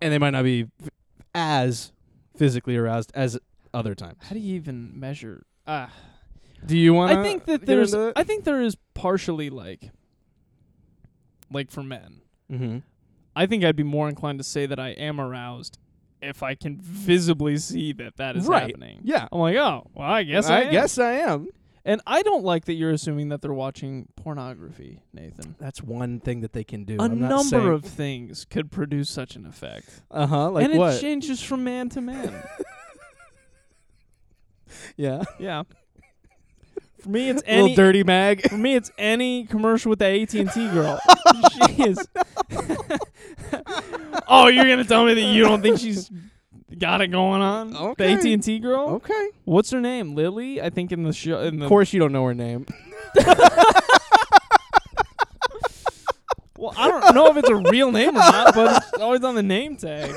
Speaker 3: And they might not be f- as physically aroused as other times.
Speaker 2: How do you even measure? Uh,
Speaker 3: Do you want?
Speaker 2: I think that there's. I think there is partially like. Like for men,
Speaker 3: mm-hmm.
Speaker 2: I think I'd be more inclined to say that I am aroused if I can visibly see that that is
Speaker 3: Right.
Speaker 2: happening.
Speaker 3: Yeah.
Speaker 2: I'm like, oh, well, I guess I,
Speaker 3: I,
Speaker 2: am."
Speaker 3: guess I am.
Speaker 2: And I don't like that you're assuming that they're watching pornography, Nathan.
Speaker 3: That's one thing that they can do.
Speaker 2: A number of things could produce such an effect.
Speaker 3: uh huh. Like
Speaker 2: and
Speaker 3: what?
Speaker 2: it changes from man to man.
Speaker 3: yeah.
Speaker 2: yeah. For me it's
Speaker 3: Little
Speaker 2: any
Speaker 3: dirty mag.
Speaker 2: for me it's any commercial with the AT&T girl. she is Oh, you're going to tell me that you don't think she's got it going on?
Speaker 3: Okay.
Speaker 2: The AT&T girl?
Speaker 3: okay.
Speaker 2: What's her name? Lily, I think in the show in the
Speaker 3: Of course you don't know her name.
Speaker 2: Well, I don't know if it's a real name or not, but it's always on the name tag.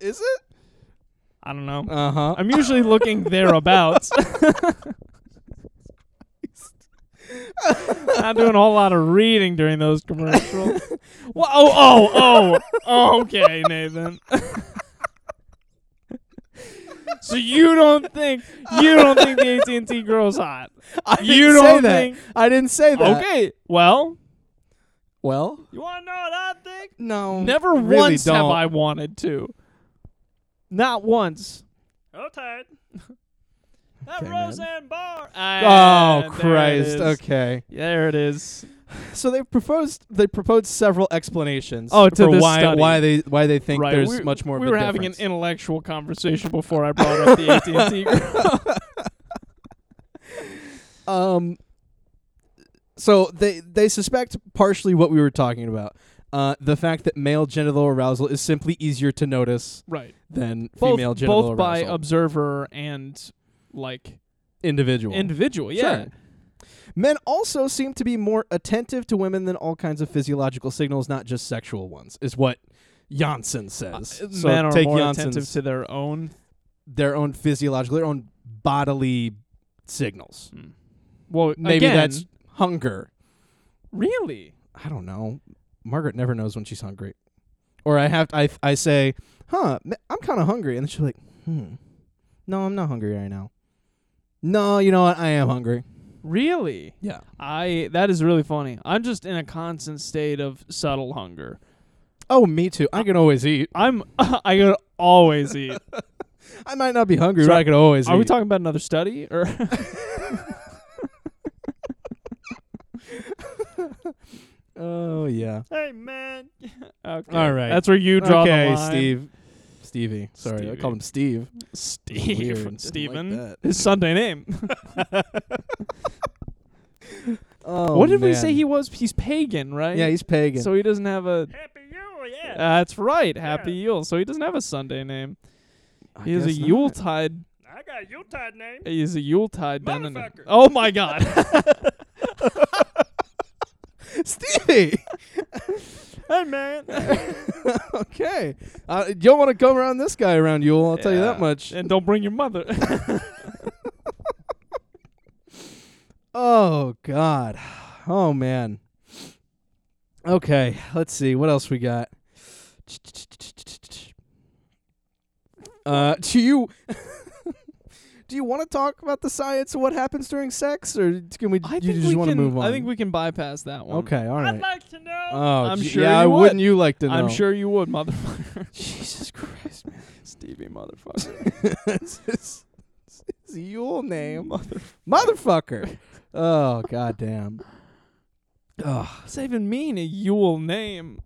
Speaker 3: Is it?
Speaker 2: I don't know.
Speaker 3: Uh huh.
Speaker 2: I'm usually looking thereabouts. Not doing a whole lot of reading during those commercials. Wha- oh, oh, oh, oh, okay, Nathan. so you don't think you don't think the AT and T girl's hot?
Speaker 3: I
Speaker 2: You
Speaker 3: didn't say
Speaker 2: don't
Speaker 3: that.
Speaker 2: think-
Speaker 3: I didn't say that.
Speaker 2: Okay, well,
Speaker 3: Well.
Speaker 4: You want to know what I think?
Speaker 3: No.
Speaker 2: never
Speaker 3: really
Speaker 2: once
Speaker 3: don't.
Speaker 2: have I wanted to. Not once.
Speaker 4: Hold tight. Oh, That
Speaker 3: Okay, man.
Speaker 4: Roseanne Barr.
Speaker 3: Oh
Speaker 2: And Ah, there it
Speaker 3: Christ.
Speaker 2: is.
Speaker 3: Okay.
Speaker 2: There it is.
Speaker 3: So they proposed they proposed several explanations.
Speaker 2: Oh, to
Speaker 3: for
Speaker 2: this
Speaker 3: why
Speaker 2: study.
Speaker 3: why they why they think
Speaker 2: right.
Speaker 3: there's
Speaker 2: we,
Speaker 3: much more.
Speaker 2: We
Speaker 3: of a
Speaker 2: were having an
Speaker 3: difference.
Speaker 2: intellectual conversation before I brought up the AT and T girl.
Speaker 3: um. So they they suspect partially what we were talking about. Uh, the fact that male genital arousal is simply easier to notice
Speaker 2: Right.
Speaker 3: than
Speaker 2: Both,
Speaker 3: female genital
Speaker 2: both by
Speaker 3: arousal.
Speaker 2: observer and like
Speaker 3: individual.
Speaker 2: individual. Yeah.
Speaker 3: Sure. Men also seem to be more attentive to women than all kinds of physiological signals, not just sexual ones, is what Janssen
Speaker 2: Uh,
Speaker 3: says.
Speaker 2: men are more attentive
Speaker 3: Janssen's-
Speaker 2: to their own,
Speaker 3: their own physiological, their own bodily signals.
Speaker 2: well,
Speaker 3: Maybe
Speaker 2: again,
Speaker 3: that's hunger.
Speaker 2: really
Speaker 3: I don't know. Margaret never knows when she's hungry. Or I have I I say, "Huh, m- I'm kind of hungry." And then she's like, "Hmm. No, I'm not hungry right now." No, you know what? I am hungry.
Speaker 2: Really?
Speaker 3: Yeah.
Speaker 2: I that is really funny. I'm just in a constant state of subtle hunger.
Speaker 3: Oh, me too. I can always eat.
Speaker 2: I'm I could always eat.
Speaker 3: I might not be hungry,
Speaker 2: So
Speaker 3: but I could always
Speaker 2: Are
Speaker 3: eat.
Speaker 2: we talking about another study or
Speaker 3: oh, yeah.
Speaker 4: Hey, man.
Speaker 2: okay.
Speaker 3: All right.
Speaker 2: That's where you draw
Speaker 3: okay,
Speaker 2: the line.
Speaker 3: Steve. Stevie. Sorry, I
Speaker 2: Stevie.
Speaker 3: called him Steve.
Speaker 2: Steve.
Speaker 3: Weird. Didn't like
Speaker 2: Steven.
Speaker 3: that.
Speaker 2: His Sunday name.
Speaker 3: Oh,
Speaker 2: what did we
Speaker 3: man.
Speaker 2: say he was? He's pagan, right?
Speaker 3: Yeah, he's pagan.
Speaker 2: So he doesn't have a
Speaker 4: Happy Yule, yeah.
Speaker 2: That's right. Happy Yule. So he doesn't have a Sunday name.
Speaker 3: I
Speaker 2: He has a
Speaker 3: guess not.
Speaker 2: Yuletide.
Speaker 4: I got a Yuletide name.
Speaker 2: He has a Yuletide down in a-
Speaker 4: Motherfucker.
Speaker 2: Oh my god.
Speaker 3: Stevie.
Speaker 2: hey man.
Speaker 3: okay. Uh, you don't want to come around this guy around Yule, I'll tell you that
Speaker 2: Yeah.
Speaker 3: much.
Speaker 2: And don't bring your mother.
Speaker 3: Oh God. Oh man. Okay, let's see what else we got. Uh, do you do you want to talk about the science of what happens during sex, or can we? you just want to
Speaker 2: can,
Speaker 3: move on?
Speaker 2: I think we can bypass that one.
Speaker 3: Okay, all right.
Speaker 4: I'd like to know.
Speaker 3: Oh,
Speaker 2: I'm
Speaker 3: gee-
Speaker 2: sure
Speaker 3: yeah.
Speaker 2: you
Speaker 3: I
Speaker 2: would.
Speaker 3: wouldn't you like to know?
Speaker 2: I'm sure you would, motherfucker.
Speaker 3: Jesus Christ, man.
Speaker 2: Stevie, motherfucker.
Speaker 3: it's, it's, it's your name, motherfucker. oh goddamn. Ugh,
Speaker 2: What's that even mean? A Yule name?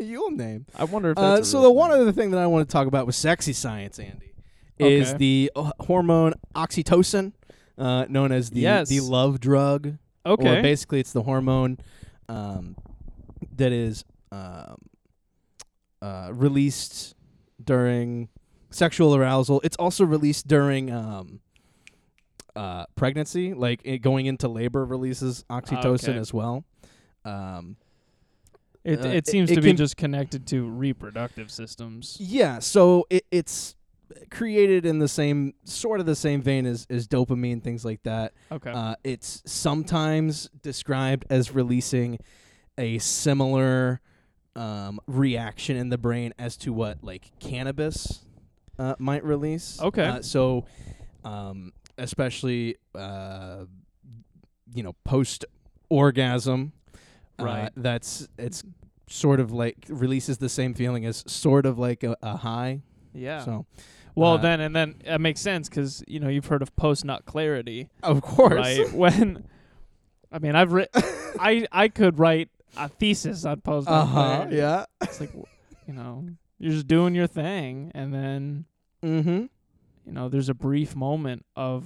Speaker 3: your name.
Speaker 2: I wonder if
Speaker 3: Uh,
Speaker 2: that's a
Speaker 3: so
Speaker 2: real
Speaker 3: the one
Speaker 2: thing.
Speaker 3: other thing that I want to talk about with sexy science, Andy, is
Speaker 2: Okay.
Speaker 3: the uh, hormone oxytocin, uh, known as the
Speaker 2: Yes.
Speaker 3: the love drug. Or
Speaker 2: Okay.
Speaker 3: basically, it's the hormone um, that is um, uh, released during sexual arousal. It's also released during um, uh, pregnancy, like it going into labor releases oxytocin
Speaker 2: Ah, Okay.
Speaker 3: as well. Um,
Speaker 2: it
Speaker 3: uh,
Speaker 2: it
Speaker 3: it-
Speaker 2: seems
Speaker 3: it
Speaker 2: to be
Speaker 3: can-
Speaker 2: just connected to reproductive systems.
Speaker 3: Yeah, so it, it's created in the same sort of the same vein as, as dopamine things like that.
Speaker 2: Okay.
Speaker 3: Uh, it's sometimes described as releasing a similar um, reaction in the brain as to what like cannabis uh, might release.
Speaker 2: Okay.
Speaker 3: Uh, so, um, especially uh, you know post orgasm, uh,
Speaker 2: Right.
Speaker 3: that's it's sort of like releases the same feeling as sort of like a, a high.
Speaker 2: yeah.
Speaker 3: So
Speaker 2: well,
Speaker 3: uh,
Speaker 2: then and then it makes sense because you know you've heard of post nut clarity.
Speaker 3: of course,
Speaker 2: right? when I mean, I've writ, I I could write a thesis on post.
Speaker 3: uh huh,
Speaker 2: nut clarity.
Speaker 3: yeah,
Speaker 2: It's like w- you know, you're just doing your thing, and then
Speaker 3: mm-hmm.
Speaker 2: you know, there's a brief moment of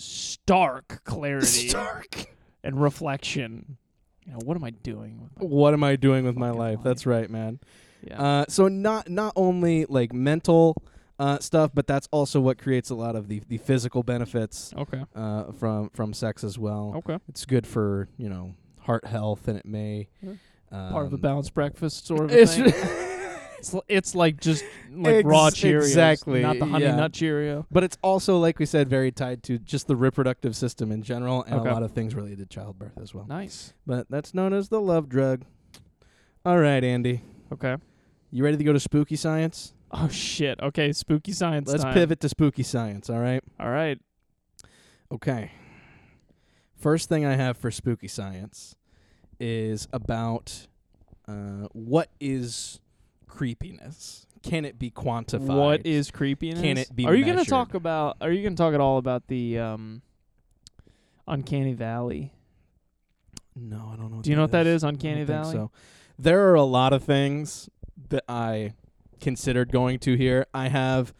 Speaker 2: stark clarity
Speaker 3: Stark.
Speaker 2: and reflection. You know, what am I doing with my
Speaker 3: What am I doing with my
Speaker 2: Fucking
Speaker 3: life?
Speaker 2: life.
Speaker 3: That's right, man.
Speaker 2: yeah?
Speaker 3: Oh, Uh, so not not only like mental uh, stuff, but that's also what creates a lot of the, the physical benefits
Speaker 2: okay,
Speaker 3: uh, from from sex as well.
Speaker 2: okay,
Speaker 3: It's good for you know heart health, and it may
Speaker 2: Yeah.
Speaker 3: um,
Speaker 2: part of a balanced breakfast sort of a
Speaker 3: It's
Speaker 2: thing. it's, l- it's like just like
Speaker 3: Ex-
Speaker 2: raw Cheerios,
Speaker 3: exactly,
Speaker 2: not the honey
Speaker 3: yeah.
Speaker 2: nut Cheerio.
Speaker 3: but it's also like we said, very tied to just the reproductive system in general, and
Speaker 2: Okay.
Speaker 3: a lot of things related to childbirth as well.
Speaker 2: Nice.
Speaker 3: But that's known as the love drug. All right, Andy,
Speaker 2: Okay.
Speaker 3: you ready to go to spooky science?
Speaker 2: Oh shit. Okay, spooky science.
Speaker 3: Let's
Speaker 2: time.
Speaker 3: pivot to spooky science. All right.
Speaker 2: All right.
Speaker 3: Okay. First thing I have for spooky science is about uh, what is creepiness? Can it be quantified?
Speaker 2: What is creepiness?
Speaker 3: Can it be
Speaker 2: Are you gonna
Speaker 3: measured?
Speaker 2: talk about? Are you gonna talk at all about the um, uncanny valley?
Speaker 3: No, I don't know.
Speaker 2: Do you know what that is? Uncanny
Speaker 3: I don't
Speaker 2: valley.
Speaker 3: Think so there are a lot of things that I considered going to here. I have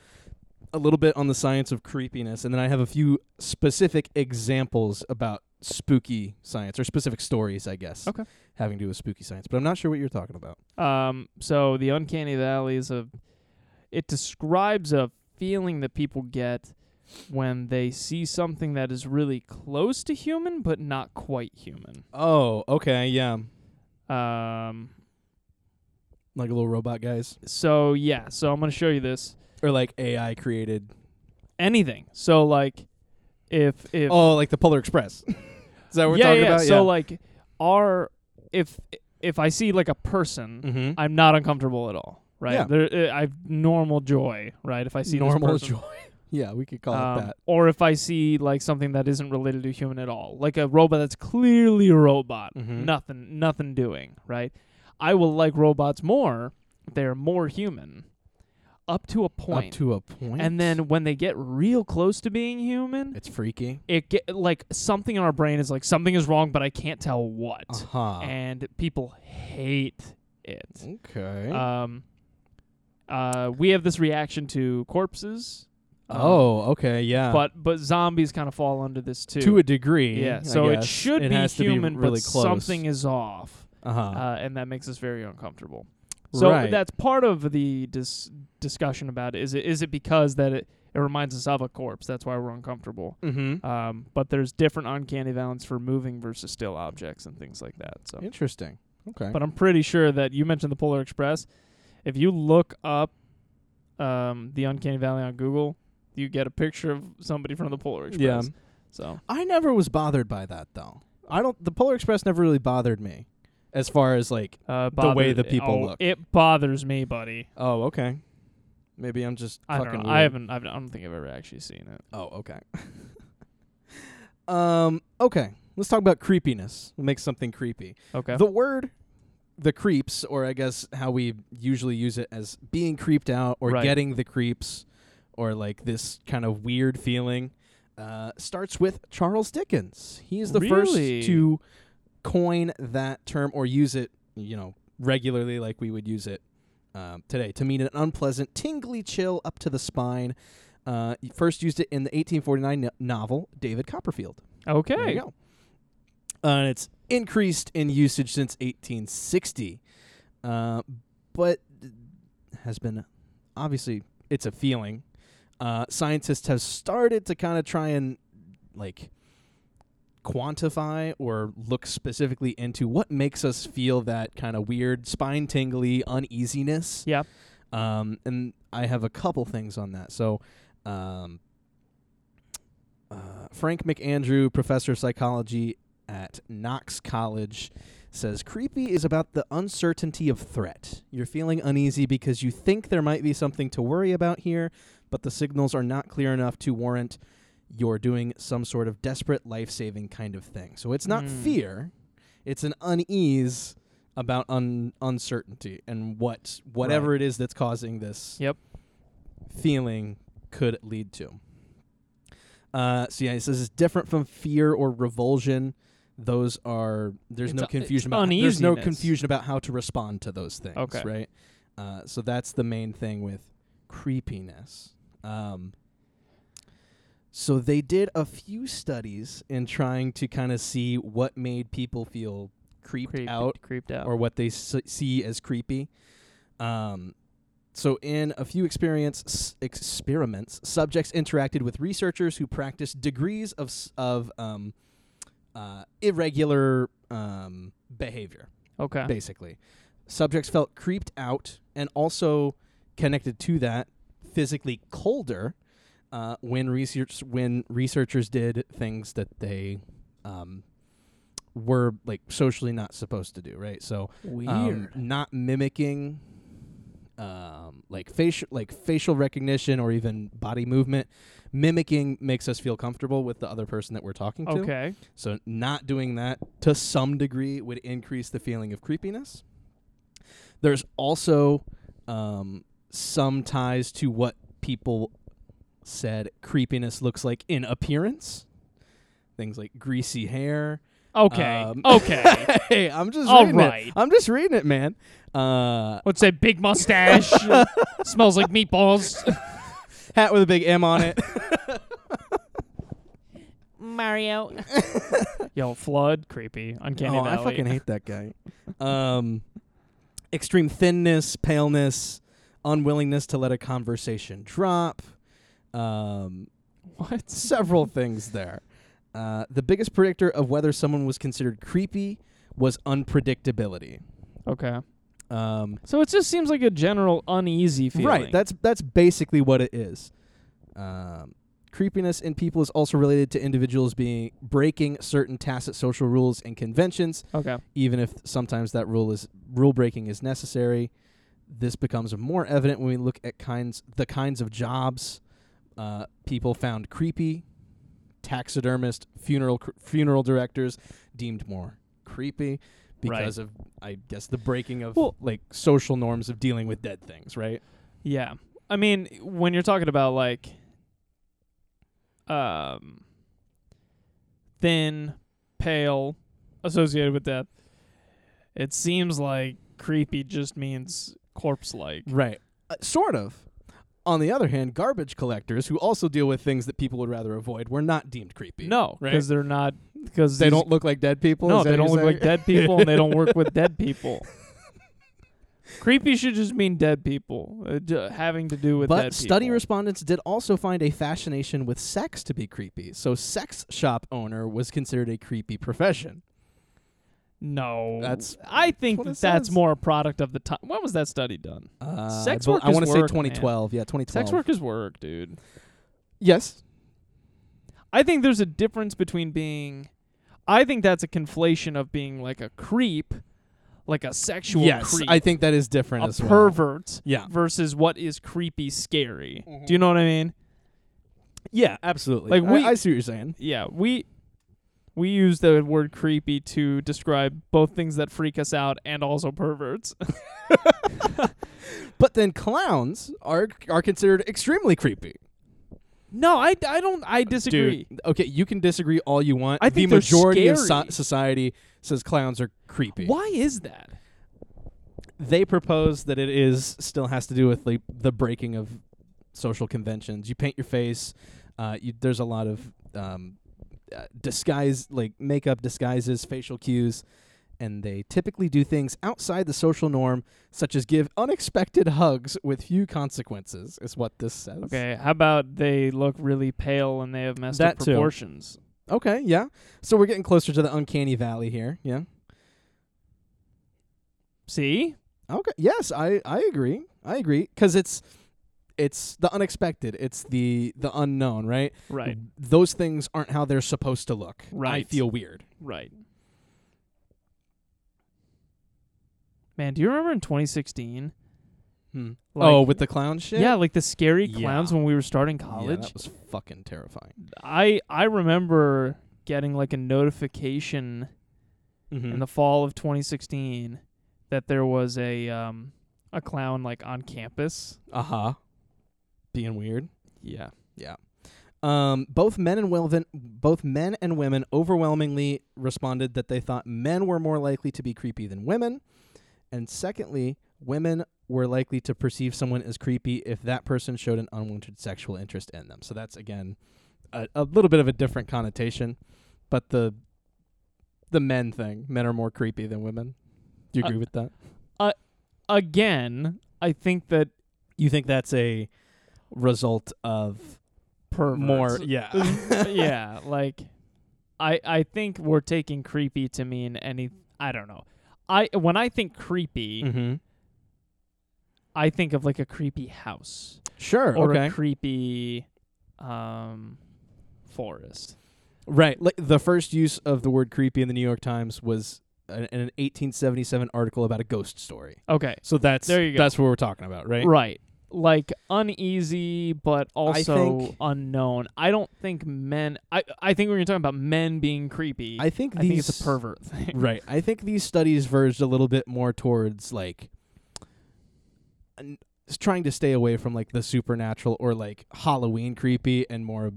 Speaker 3: a little bit on the science of creepiness, and then I have a few specific examples about spooky science or specific stories, I guess.
Speaker 2: Okay.
Speaker 3: having to do with spooky science. But I'm not sure what you're talking about.
Speaker 2: Um, so the uncanny valley is a it describes a feeling that people get when they see something that is really close to human but not quite human.
Speaker 3: Oh, okay, yeah,
Speaker 2: Um,
Speaker 3: like little robot guys
Speaker 2: so yeah, so I'm gonna show you this.
Speaker 3: or like AI created.
Speaker 2: Anything. So like, if if
Speaker 3: Oh, like the Polar Express. Is that what we're
Speaker 2: yeah,
Speaker 3: talking
Speaker 2: yeah.
Speaker 3: about?
Speaker 2: So like, are if if I see like a person,
Speaker 3: mm-hmm.
Speaker 2: I'm not uncomfortable at all. Right.
Speaker 3: Yeah.
Speaker 2: There, uh, I have normal joy. Right. If I see this
Speaker 3: normal
Speaker 2: person-
Speaker 3: joy. yeah, we could call it
Speaker 2: Um,
Speaker 3: that.
Speaker 2: Or if I see like something that isn't related to human at all, like a robot that's clearly a robot,
Speaker 3: Mhm.
Speaker 2: nothing, nothing doing, right? I will like robots more. if They're more human, up to a
Speaker 3: Up
Speaker 2: point.
Speaker 3: to a point,
Speaker 2: and then when they get real close to being human,
Speaker 3: it's freaky.
Speaker 2: it get like something in our brain is like something is wrong, but I can't tell what.
Speaker 3: Uh huh.
Speaker 2: And people hate it.
Speaker 3: Okay.
Speaker 2: Um, uh, we have this reaction to corpses. um,
Speaker 3: oh, okay, yeah.
Speaker 2: but but zombies kind of fall under this too.
Speaker 3: to a degree.
Speaker 2: yeah,
Speaker 3: I
Speaker 2: so it
Speaker 3: guess.
Speaker 2: should
Speaker 3: It
Speaker 2: be
Speaker 3: has to
Speaker 2: human,
Speaker 3: really
Speaker 2: but
Speaker 3: close.
Speaker 2: something is off,
Speaker 3: Uh-huh.
Speaker 2: uh, and that makes us very uncomfortable. So
Speaker 3: Right.
Speaker 2: that's part of the dis- discussion about it. Is it is it because that it, it reminds us of a corpse? That's why we're uncomfortable.
Speaker 3: Mm-hmm.
Speaker 2: Um, but there's different uncanny valence for moving versus still objects and things like that. So,
Speaker 3: Interesting. Okay.
Speaker 2: but I'm pretty sure that you mentioned the Polar Express. If you look up um, the uncanny valley on Google, you get a picture of somebody from the Polar
Speaker 3: Yeah.
Speaker 2: Express. So
Speaker 3: I never was bothered by that though. I don't. The Polar Express never really bothered me, as far as like.
Speaker 2: uh,
Speaker 3: The way
Speaker 2: bothered-
Speaker 3: the people
Speaker 2: oh,
Speaker 3: look.
Speaker 2: It bothers me, buddy.
Speaker 3: Oh, okay. Maybe I'm just
Speaker 2: I
Speaker 3: fucking.
Speaker 2: don't know.
Speaker 3: Weird.
Speaker 2: I haven't. I've, I don't think I've ever actually seen it.
Speaker 3: Oh, okay. um. Okay. Let's talk about creepiness. We'll make something creepy.
Speaker 2: Okay.
Speaker 3: The word, the creeps, or I guess how we usually use it as being creeped out or
Speaker 2: Right.
Speaker 3: getting the creeps, or like this kind of weird feeling, uh, starts with Charles Dickens. He is the
Speaker 2: Really?
Speaker 3: first to coin that term or use it, you know, regularly like we would use it um, today to mean an unpleasant, tingly chill up to the spine. Uh, he first used it in the 1849 no- novel David Copperfield. There
Speaker 2: okay.
Speaker 3: you go. Uh, and it's increased in usage since 1860, uh, but has been obviously it's a feeling. Uh, scientists have started to kind of try and like quantify or look specifically into what makes us feel that kind of weird spine tingly uneasiness.
Speaker 2: Yeah.
Speaker 3: Um, and I have a couple things on that. So, um, uh, Frank McAndrew, professor of psychology at Knox College, says creepy is about the uncertainty of threat. You're feeling uneasy because you think there might be something to worry about here, but the signals are not clear enough to warrant you're doing some sort of desperate life-saving kind of thing. So it's not
Speaker 2: Mm.
Speaker 3: fear, it's an unease about un- uncertainty and what whatever it is that's causing this
Speaker 2: Yep.
Speaker 3: feeling could lead to. Uh, so yeah, it says it's different from fear or revulsion. Those are there's
Speaker 2: It's
Speaker 3: no
Speaker 2: a- it's
Speaker 3: confusion about there's no
Speaker 2: uneasiness.
Speaker 3: confusion about how to respond to those things.
Speaker 2: Okay.
Speaker 3: right. Uh, so that's the main thing with creepiness. Um, so they did a few studies in trying to kind of see what made people feel creeped
Speaker 2: Creeped
Speaker 3: out
Speaker 2: Creeped out.
Speaker 3: or what they s- see as creepy. Um, so, in a few experience s- experiments, subjects interacted with researchers who practiced degrees of s- of um, uh, irregular um, behavior.
Speaker 2: okay.
Speaker 3: Basically, subjects felt creeped out and also connected to that physically colder uh, when research when researchers did things that they um, were like socially not supposed to do. Right, so um, not mimicking um, like facial like facial recognition or even body movement. Mimicking makes us feel comfortable with the other person that we're talking to.
Speaker 2: okay.
Speaker 3: So not doing that to some degree would increase the feeling of creepiness. There's also um, some ties to what people said creepiness looks like in appearance. Things like greasy hair,
Speaker 2: Okay.
Speaker 3: um,
Speaker 2: okay.
Speaker 3: hey, I'm just
Speaker 2: All
Speaker 3: reading
Speaker 2: right.
Speaker 3: it. I'm just reading it, man. Uh,
Speaker 2: What's that big mustache? Smells like meatballs.
Speaker 3: hat with a big M on it.
Speaker 4: Mario.
Speaker 2: Yo, flood, creepy, uncanny
Speaker 3: oh,
Speaker 2: valley.
Speaker 3: I fucking hate that guy. um, extreme thinness, paleness, unwillingness to let a conversation drop. Um,
Speaker 2: what?
Speaker 3: several things there. Uh, the biggest predictor of whether someone was considered creepy was unpredictability.
Speaker 2: Okay,
Speaker 3: Um,
Speaker 2: so it just seems like a general uneasy feeling.
Speaker 3: Right. That's that's basically what it is. Um, creepiness in people is also related to individuals being breaking certain tacit social rules and conventions,
Speaker 2: okay.
Speaker 3: even if sometimes that rule is rule breaking is necessary. This becomes more evident when we look at kinds the kinds of jobs uh, people found creepy. Taxidermist, funeral cr- funeral directors deemed more creepy because of I guess the breaking of
Speaker 2: Well-
Speaker 3: like social norms of dealing with dead things, right?
Speaker 2: Yeah. I mean, when you're talking about like um thin, pale, associated with death, it seems like creepy just means corpse like.
Speaker 3: Right. Uh, sort of. On the other hand, garbage collectors who also deal with things that people would rather avoid were not deemed creepy.
Speaker 2: No,
Speaker 3: Right.
Speaker 2: because they're not because
Speaker 3: They don't look like dead people.
Speaker 2: No,
Speaker 3: Is that
Speaker 2: they
Speaker 3: what
Speaker 2: don't
Speaker 3: you're
Speaker 2: look like
Speaker 3: saying?
Speaker 2: dead people and they don't work with dead people. creepy should just mean dead people uh, d- having to do with
Speaker 3: But
Speaker 2: dead
Speaker 3: study
Speaker 2: people.
Speaker 3: respondents did also find a fascination with sex to be creepy. So, sex shop owner was considered a creepy profession.
Speaker 2: No,
Speaker 3: That's-
Speaker 2: I think
Speaker 3: what it
Speaker 2: that that's
Speaker 3: says.
Speaker 2: more a product of the time. When was that study done?
Speaker 3: Uh,
Speaker 2: Sex
Speaker 3: I, bel-
Speaker 2: work
Speaker 3: I
Speaker 2: is
Speaker 3: wanna say
Speaker 2: work,
Speaker 3: 2012. Yeah, 2012.
Speaker 2: Sex work is work, dude.
Speaker 3: Yes.
Speaker 2: I think there's a difference between being. I think that's a conflation of being like a creep, like a sexual
Speaker 3: Yes.
Speaker 2: creep,
Speaker 3: I think that is different
Speaker 2: a
Speaker 3: as well.
Speaker 2: pervert,
Speaker 3: Yeah.
Speaker 2: versus what is creepy, scary. Do you know what I mean?
Speaker 3: Yeah, absolutely.
Speaker 2: Mm-hmm. Like,
Speaker 3: I-
Speaker 2: we-
Speaker 3: I see what you're saying.
Speaker 2: Yeah, we we use the word creepy to describe both things that freak us out and also perverts.
Speaker 3: But then clowns are are considered extremely creepy.
Speaker 2: no, I, I don't. I disagree.
Speaker 3: Dude, okay, you can disagree all you want.
Speaker 2: I think
Speaker 3: the
Speaker 2: they're
Speaker 3: majority of so-
Speaker 2: scary.
Speaker 3: society says clowns are creepy.
Speaker 2: Why is that?
Speaker 3: They propose that it is still has to do with like the breaking of social conventions. You paint your face. Uh, you, there's a lot of um, uh, disguise, like makeup, disguises, facial cues, and they typically do things outside the social norm, such as give unexpected hugs with few consequences. Is what this says.
Speaker 2: Okay, how about they look really pale and they have messed up
Speaker 3: That too.
Speaker 2: proportions?
Speaker 3: Okay, yeah. So we're getting closer to the uncanny valley here. Yeah.
Speaker 2: See?
Speaker 3: Okay. Yes, I I agree. I agree because it's it's the unexpected. It's the the unknown, right?
Speaker 2: Right,
Speaker 3: Those things aren't how they're supposed to look. I
Speaker 2: Right.
Speaker 3: feel weird.
Speaker 2: right. Man, do you remember in 2016?
Speaker 3: Hmm.
Speaker 2: Like-
Speaker 3: oh, with the clown shit.
Speaker 2: Yeah, like the scary clowns
Speaker 3: Yeah.
Speaker 2: when we were starting
Speaker 3: Yeah,
Speaker 2: college.
Speaker 3: that was fucking terrifying.
Speaker 2: I I remember getting like a notification
Speaker 3: Hmm.
Speaker 2: in the fall of 2016 that there was a um a clown like on campus.
Speaker 3: Uh huh. Being weird.
Speaker 2: Yeah.
Speaker 3: Um, both men and women, both men and women, overwhelmingly responded that they thought men were more likely to be creepy than women, and secondly, women were likely to perceive someone as creepy if that person showed an unwanted sexual interest in them. So that's again a, a little bit of a different connotation, but the the men thing, men are more creepy than women. Do you
Speaker 2: Uh,
Speaker 3: agree with that?
Speaker 2: Again, I think that
Speaker 3: You think that's a result of
Speaker 2: perverts.
Speaker 3: more? Yeah.
Speaker 2: yeah, like I I think we're taking creepy to mean any I don't know. I when I think creepy,
Speaker 3: mm-hmm.
Speaker 2: I think of like a creepy house
Speaker 3: Sure.
Speaker 2: or
Speaker 3: okay.
Speaker 2: a creepy um forest.
Speaker 3: Right. Like the first use of the word creepy in the New York Times was an- in an 1877 article about a ghost story.
Speaker 2: Okay.
Speaker 3: So that's
Speaker 2: There you go.
Speaker 3: that's what we're talking about, right?
Speaker 2: Right. Like uneasy but also
Speaker 3: think-
Speaker 2: unknown. I don't think men I I think when you're talking about men being creepy,
Speaker 3: I think
Speaker 2: I
Speaker 3: these
Speaker 2: think it's a pervert thing.
Speaker 3: Right. I think these studies verged a little bit more towards like n- s- trying to stay away from like the supernatural or like Halloween creepy and more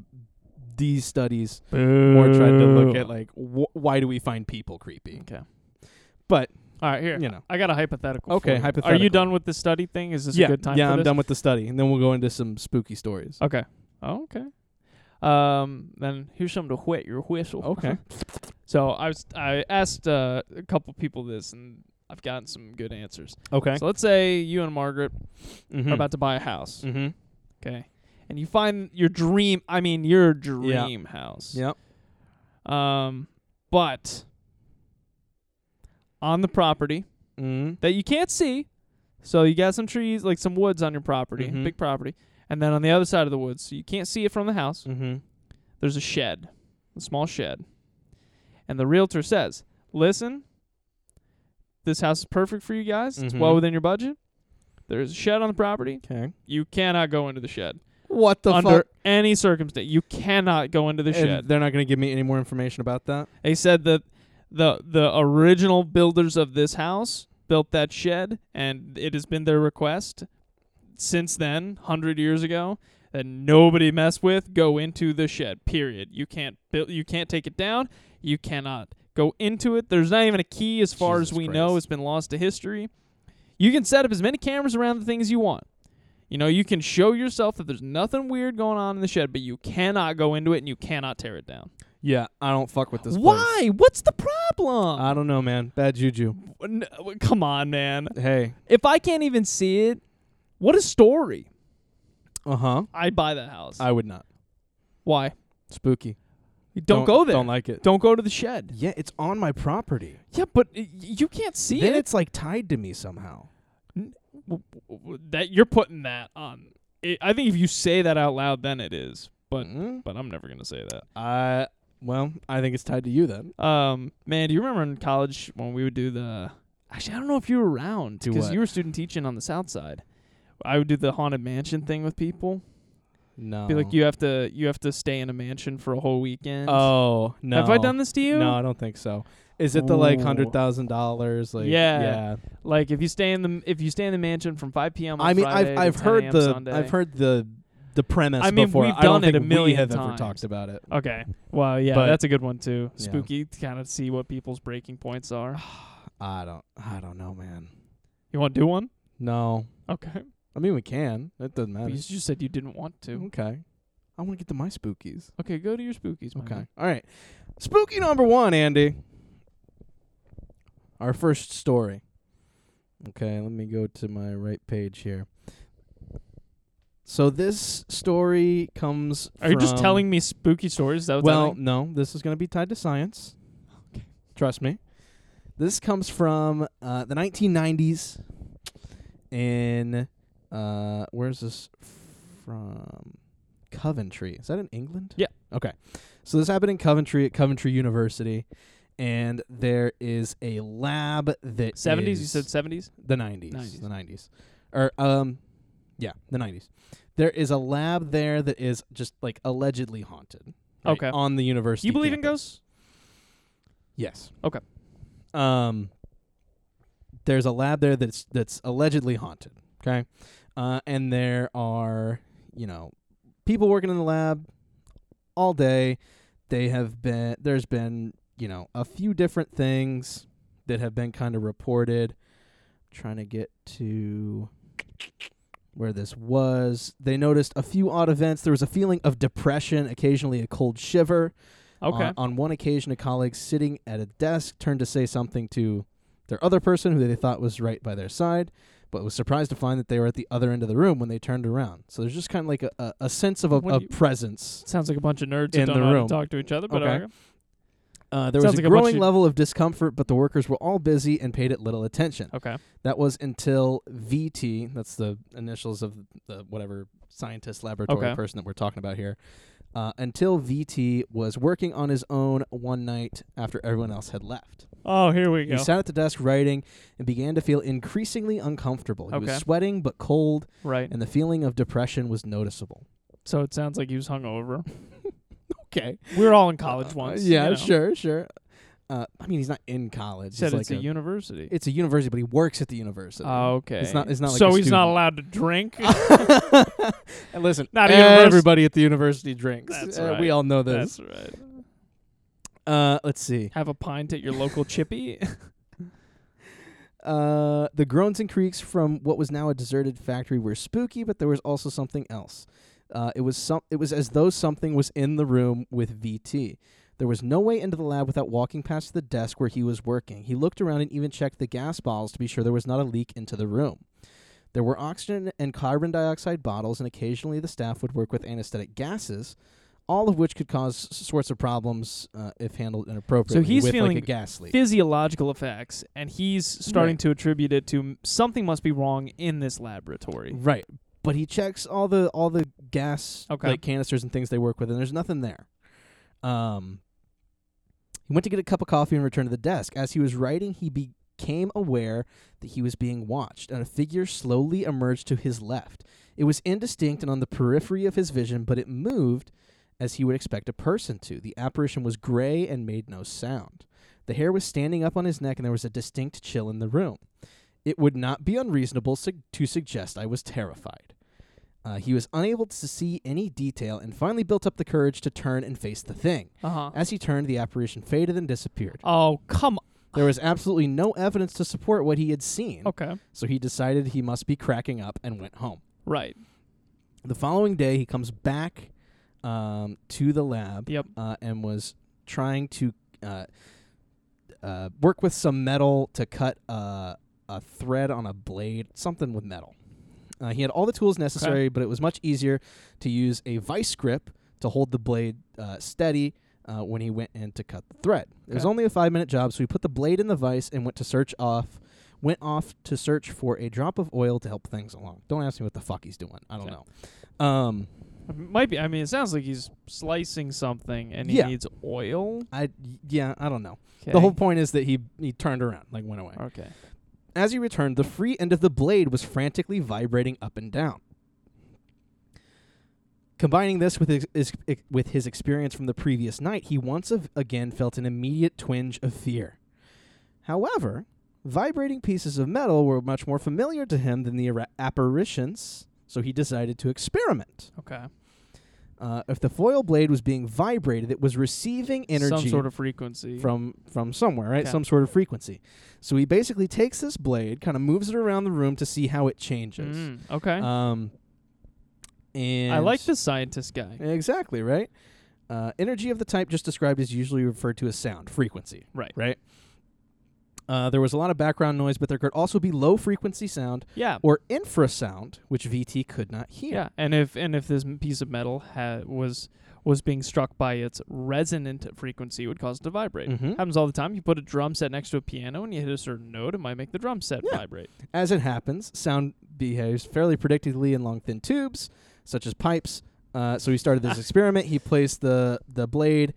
Speaker 3: these studies more tried to look at like wh- why do we find people creepy?
Speaker 2: Okay.
Speaker 3: But,
Speaker 2: All right, here.
Speaker 3: you know.
Speaker 2: I got a hypothetical.
Speaker 3: Okay,
Speaker 2: for you. Are
Speaker 3: hypothetical.
Speaker 2: you done with the study thing? Is this
Speaker 3: yeah,
Speaker 2: a good time
Speaker 3: yeah,
Speaker 2: for
Speaker 3: I'm
Speaker 2: this?
Speaker 3: done with the study and then we'll go into some spooky stories.
Speaker 2: Okay. Oh, okay. Um, then here's something to whet your whistle.
Speaker 5: Okay.
Speaker 2: So I was I asked uh, a couple people this, and I've gotten some good answers.
Speaker 5: Okay.
Speaker 2: So let's say you and Margaret
Speaker 3: Hmm.
Speaker 5: mm-hmm.
Speaker 2: are about to buy a house.
Speaker 5: Mm-hmm.
Speaker 2: Okay. And you find your dream, I mean your dream house.
Speaker 3: Yep.
Speaker 2: Um but on the property
Speaker 3: Mm.
Speaker 2: that you can't see. So you got some trees, like some woods on your property,
Speaker 5: Mhm.
Speaker 2: big property. And then on the other side of the woods, so you can't see it from the house.
Speaker 5: Mm-hmm.
Speaker 2: There's a shed, a small shed. And the realtor says, "Listen, this house is perfect for you guys. It's well
Speaker 5: Mhm.
Speaker 2: within your budget. There's a shed on the property.
Speaker 5: Okay.
Speaker 2: You cannot go into the shed."
Speaker 3: What the
Speaker 2: under
Speaker 3: fuck?
Speaker 2: any circumstance. You cannot go into the
Speaker 3: And
Speaker 2: shed.
Speaker 3: they're not going to give me any more information about that.
Speaker 2: They said that the the original builders of this house built that shed, and it has been their request since then, hundred years ago, that nobody mess with. Go into the shed. Period. You can't build. You can't take it down. You cannot go into it. There's not even a key, as far
Speaker 3: Jesus
Speaker 2: as we
Speaker 3: Christ.
Speaker 2: know. It's been lost to history. You can set up as many cameras around the things you want. You know, you can show yourself that there's nothing weird going on in the shed, but you cannot go into it and you cannot tear it down.
Speaker 3: Yeah, I don't fuck with this. place.
Speaker 2: Why? What's the problem?
Speaker 3: I don't know, man. Bad juju.
Speaker 2: Uh, N- w- come on, man.
Speaker 3: Hey.
Speaker 2: If I can't even see it, what a story.
Speaker 3: Uh huh.
Speaker 2: I buy that house.
Speaker 3: I would not.
Speaker 2: Why?
Speaker 3: Spooky.
Speaker 2: You Don't, go there.
Speaker 3: Don't like it.
Speaker 2: Don't go to the shed.
Speaker 3: Yeah, it's on my property.
Speaker 2: Yeah, but y- you can't see
Speaker 3: then
Speaker 2: it.
Speaker 3: it's like tied to me somehow.
Speaker 2: W- w- That you're putting that on. I I think if you say that out loud, then it is. But
Speaker 3: Mm.
Speaker 2: but I'm never gonna say that.
Speaker 3: I well, I think it's tied to you then.
Speaker 2: Um, man, do you remember in college when we would do the? Actually, I don't know if you were around
Speaker 3: Do
Speaker 2: because
Speaker 3: what?
Speaker 2: you were student teaching on the south side. I would do the haunted mansion thing with people.
Speaker 3: No.
Speaker 2: Be like you have to you have to stay in a mansion for a whole weekend.
Speaker 3: Um, Oh no.
Speaker 2: Have I done this to you?
Speaker 3: No, I don't think so. Is it the like
Speaker 2: Ooh.
Speaker 3: hundred thousand dollars? Like
Speaker 2: Yeah.
Speaker 3: yeah.
Speaker 2: Like if you stay in the if you stay in the mansion from 5 p.m. on
Speaker 3: I mean,
Speaker 2: Friday
Speaker 3: I've
Speaker 2: to
Speaker 3: I've
Speaker 2: 10
Speaker 3: heard
Speaker 2: a.m.
Speaker 3: the
Speaker 2: Sunday.
Speaker 3: I've heard the the premise
Speaker 2: I mean,
Speaker 3: before.
Speaker 2: we've
Speaker 3: I don't
Speaker 2: done it
Speaker 3: think
Speaker 2: a million
Speaker 3: we have ever
Speaker 2: times.
Speaker 3: talked about it.
Speaker 2: Okay. Well, yeah,
Speaker 3: But-
Speaker 2: that's a good one too.
Speaker 3: Yeah. Ah.
Speaker 2: Spooky to kind of see what people's breaking points are.
Speaker 3: I don't I don't know, man.
Speaker 2: You want to do one?
Speaker 3: No.
Speaker 2: Okay.
Speaker 3: I mean, we can. It Mm-hmm. doesn't
Speaker 2: But
Speaker 3: matter.
Speaker 2: you just said you didn't want to.
Speaker 3: Okay. I want to get to my spookies.
Speaker 2: Okay, go to your spookies. my
Speaker 3: Okay.
Speaker 2: man.
Speaker 3: All right. Spooky number one, Andy. Our first story. Okay, let me go to my right page here. So this story comes.
Speaker 2: Are you just
Speaker 3: from-
Speaker 2: telling me spooky stories? Is that what's
Speaker 3: Well,
Speaker 2: happening?
Speaker 3: no. This is going to be tied to science.
Speaker 2: Okay.
Speaker 3: Trust me. This comes from uh, the 1990s. In uh, where's this from? Coventry. Is that in England?
Speaker 2: Yeah.
Speaker 3: Okay. So this happened in Coventry at Coventry University, and there is a lab that
Speaker 2: 70s, you
Speaker 3: is-
Speaker 2: said 70s?
Speaker 3: the 90s,
Speaker 2: 90s.
Speaker 3: the 90s or um yeah the 90s there is a lab there that is just like allegedly haunted right,
Speaker 2: Okay.
Speaker 3: on the university
Speaker 2: You believe in
Speaker 3: campus.
Speaker 2: ghosts?
Speaker 3: yes
Speaker 2: Okay.
Speaker 3: um there's a lab there that's that's allegedly haunted okay uh and there are you know people working in the lab all day they have been there's been you know a few different things that have been kind of reported trying to get to where this was they noticed a few odd events there was a feeling of depression occasionally a cold shiver
Speaker 2: Okay.
Speaker 3: on, on one occasion, a colleague sitting at a desk turned to say something to their other person who they thought was right by their side, but was surprised to find that they were at the other end of the room when they turned around. So there's just kind of like a, a, a sense of a,
Speaker 2: When
Speaker 3: a
Speaker 2: you-
Speaker 3: presence.
Speaker 2: Sounds like a bunch of nerds
Speaker 3: In
Speaker 2: who don't
Speaker 3: the
Speaker 2: know how
Speaker 3: room.
Speaker 2: to talk to each other, but
Speaker 3: Okay.
Speaker 2: okay.
Speaker 3: Uh, there
Speaker 2: Sounds
Speaker 3: was
Speaker 2: like
Speaker 3: a
Speaker 2: a bunch
Speaker 3: growing
Speaker 2: of-
Speaker 3: level of discomfort, but the workers were all busy and paid it little attention.
Speaker 2: okay.
Speaker 3: That was until VT, that's the initials of the whatever scientist laboratory
Speaker 2: Okay.
Speaker 3: person that we're talking about here, uh, until VT was working on his own one night after everyone else had left.
Speaker 2: Oh, here we
Speaker 3: He
Speaker 2: go.
Speaker 3: sat at the desk writing and began to feel increasingly uncomfortable. He
Speaker 2: Okay.
Speaker 3: was sweating but cold,
Speaker 2: Right.
Speaker 3: and the feeling of depression was noticeable.
Speaker 2: So it sounds like he was hungover.
Speaker 3: Okay.
Speaker 2: We were all in college once.
Speaker 3: Uh, yeah,
Speaker 2: you know.
Speaker 3: sure, sure. Uh, I mean, he's not in college.
Speaker 2: Said
Speaker 3: he's
Speaker 2: it's
Speaker 3: like
Speaker 2: a, university.
Speaker 3: it's a university, but he works at the university.
Speaker 2: Oh, okay.
Speaker 3: It's not- it's not like
Speaker 2: so
Speaker 3: a
Speaker 2: he's not
Speaker 3: student.
Speaker 2: allowed to drink.
Speaker 3: and listen,
Speaker 2: Not a univers-
Speaker 3: everybody at the university drinks.
Speaker 2: That's
Speaker 3: Uh,
Speaker 2: right.
Speaker 3: We all know this.
Speaker 2: That's right.
Speaker 3: Uh, let's see.
Speaker 2: Have a pint at your local chippy.
Speaker 3: Uh, the groans and creaks from what was now a deserted factory were spooky, but there was also something else. Uh, it was some. It was as though something was in the room with VT. There was no way into the lab without walking past the desk where he was working. He looked around and even checked the gas bottles to be sure there was not a leak into the room. There were oxygen and carbon dioxide bottles, and occasionally the staff would work with anesthetic gases, all of which could cause s- sorts of problems uh, if handled inappropriately.
Speaker 2: he's
Speaker 3: with
Speaker 2: feeling
Speaker 3: like a gas leak.
Speaker 2: Physiological effects, and he's starting to attribute it to m- something must be wrong in this laboratory.
Speaker 3: Right. But he checks all the all the gas
Speaker 2: Okay.
Speaker 3: like canisters and things they work with, and there's nothing there. Um, he went to get a cup of coffee and returned to the desk. As he was writing, he became aware that he was being watched, and a figure slowly emerged to his left. It was indistinct and on the periphery of his vision, but it moved as he would expect a person to. The apparition was gray and made no sound. The hair was standing up on his neck, and there was a distinct chill in the room it would not be unreasonable sug- to suggest I was terrified. Uh, he was unable to see any detail and finally built up the courage to turn and face the thing.
Speaker 2: Uh huh.
Speaker 3: As he turned, the apparition faded and disappeared.
Speaker 2: Oh come.
Speaker 3: There was absolutely no evidence to support what he had seen,
Speaker 2: Okay.
Speaker 3: so he decided he must be cracking up and went home.
Speaker 2: Right.
Speaker 3: The following day, he comes back um, to the lab
Speaker 2: Yep.
Speaker 3: uh, and was trying to uh, uh, work with some metal to cut uh, a thread on a blade, something with metal. Uh, he had all the tools necessary, but it was much easier to use a vice grip to hold the blade uh, steady uh, when he went in to cut the thread. It was
Speaker 2: Okay.
Speaker 3: only a five minute job, so he put the blade in the vice and went to search off. Went off to search for a drop of oil to help things along. Don't ask me what the fuck he's doing. I don't
Speaker 2: Okay.
Speaker 3: know. Um,
Speaker 2: Might be. I mean, it sounds like he's slicing something, and he
Speaker 3: Yeah.
Speaker 2: needs oil.
Speaker 3: I yeah, I don't know. The whole point is that he he turned around, like went away.
Speaker 2: Okay.
Speaker 3: As he returned, the free end of the blade was frantically vibrating up and down. Combining this with his, his, ex- with his experience from the previous night, he once of, again felt an immediate twinge of fear. However, vibrating pieces of metal were much more familiar to him than the ara- apparitions, so he decided to experiment.
Speaker 2: Okay.
Speaker 3: Uh, if the foil blade was being vibrated, it was receiving energy
Speaker 2: Some sort of frequency.
Speaker 3: from from somewhere, right?
Speaker 2: Okay.
Speaker 3: Some sort of frequency. So he basically takes this blade, kind of moves it around the room to see how it changes.
Speaker 2: Mm, okay.
Speaker 3: Um, and
Speaker 2: I like the scientist guy.
Speaker 3: exactly right. Uh, energy of the type just described is usually referred to as sound frequency.
Speaker 2: Right.
Speaker 3: Right. Uh, there was a lot of background noise, but there could also be low frequency sound
Speaker 2: Yeah.
Speaker 3: or infrasound, which VT could not hear.
Speaker 2: Yeah. And if and if this m- piece of metal had was was being struck by its resonant frequency, it would cause it to vibrate.
Speaker 3: Mhm.
Speaker 2: Happens all the time. You put a drum set next to a piano, and you hit a certain note, it might make the drum set
Speaker 3: Yeah.
Speaker 2: vibrate.
Speaker 3: As it happens, sound behaves fairly predictably in long thin tubes, such as pipes. Uh, so he started this experiment. He placed the the blade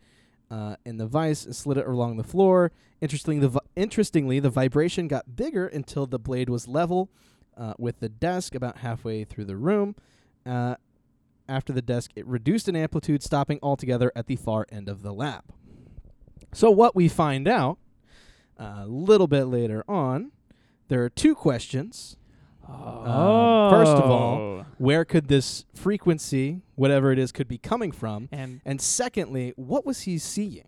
Speaker 3: uh, in the vise and slid it along the floor. Interestingly, the vi- interestingly the vibration got bigger until the blade was level uh, with the desk about halfway through the room. Uh, after the desk, it reduced in amplitude, stopping altogether at the far end of the lab. So what we find out uh, a little bit later on, there are two questions Um, first of all-
Speaker 2: Oh.
Speaker 3: where could this frequency, whatever it is, could be coming from?
Speaker 2: and
Speaker 3: And secondly, what was he seeing?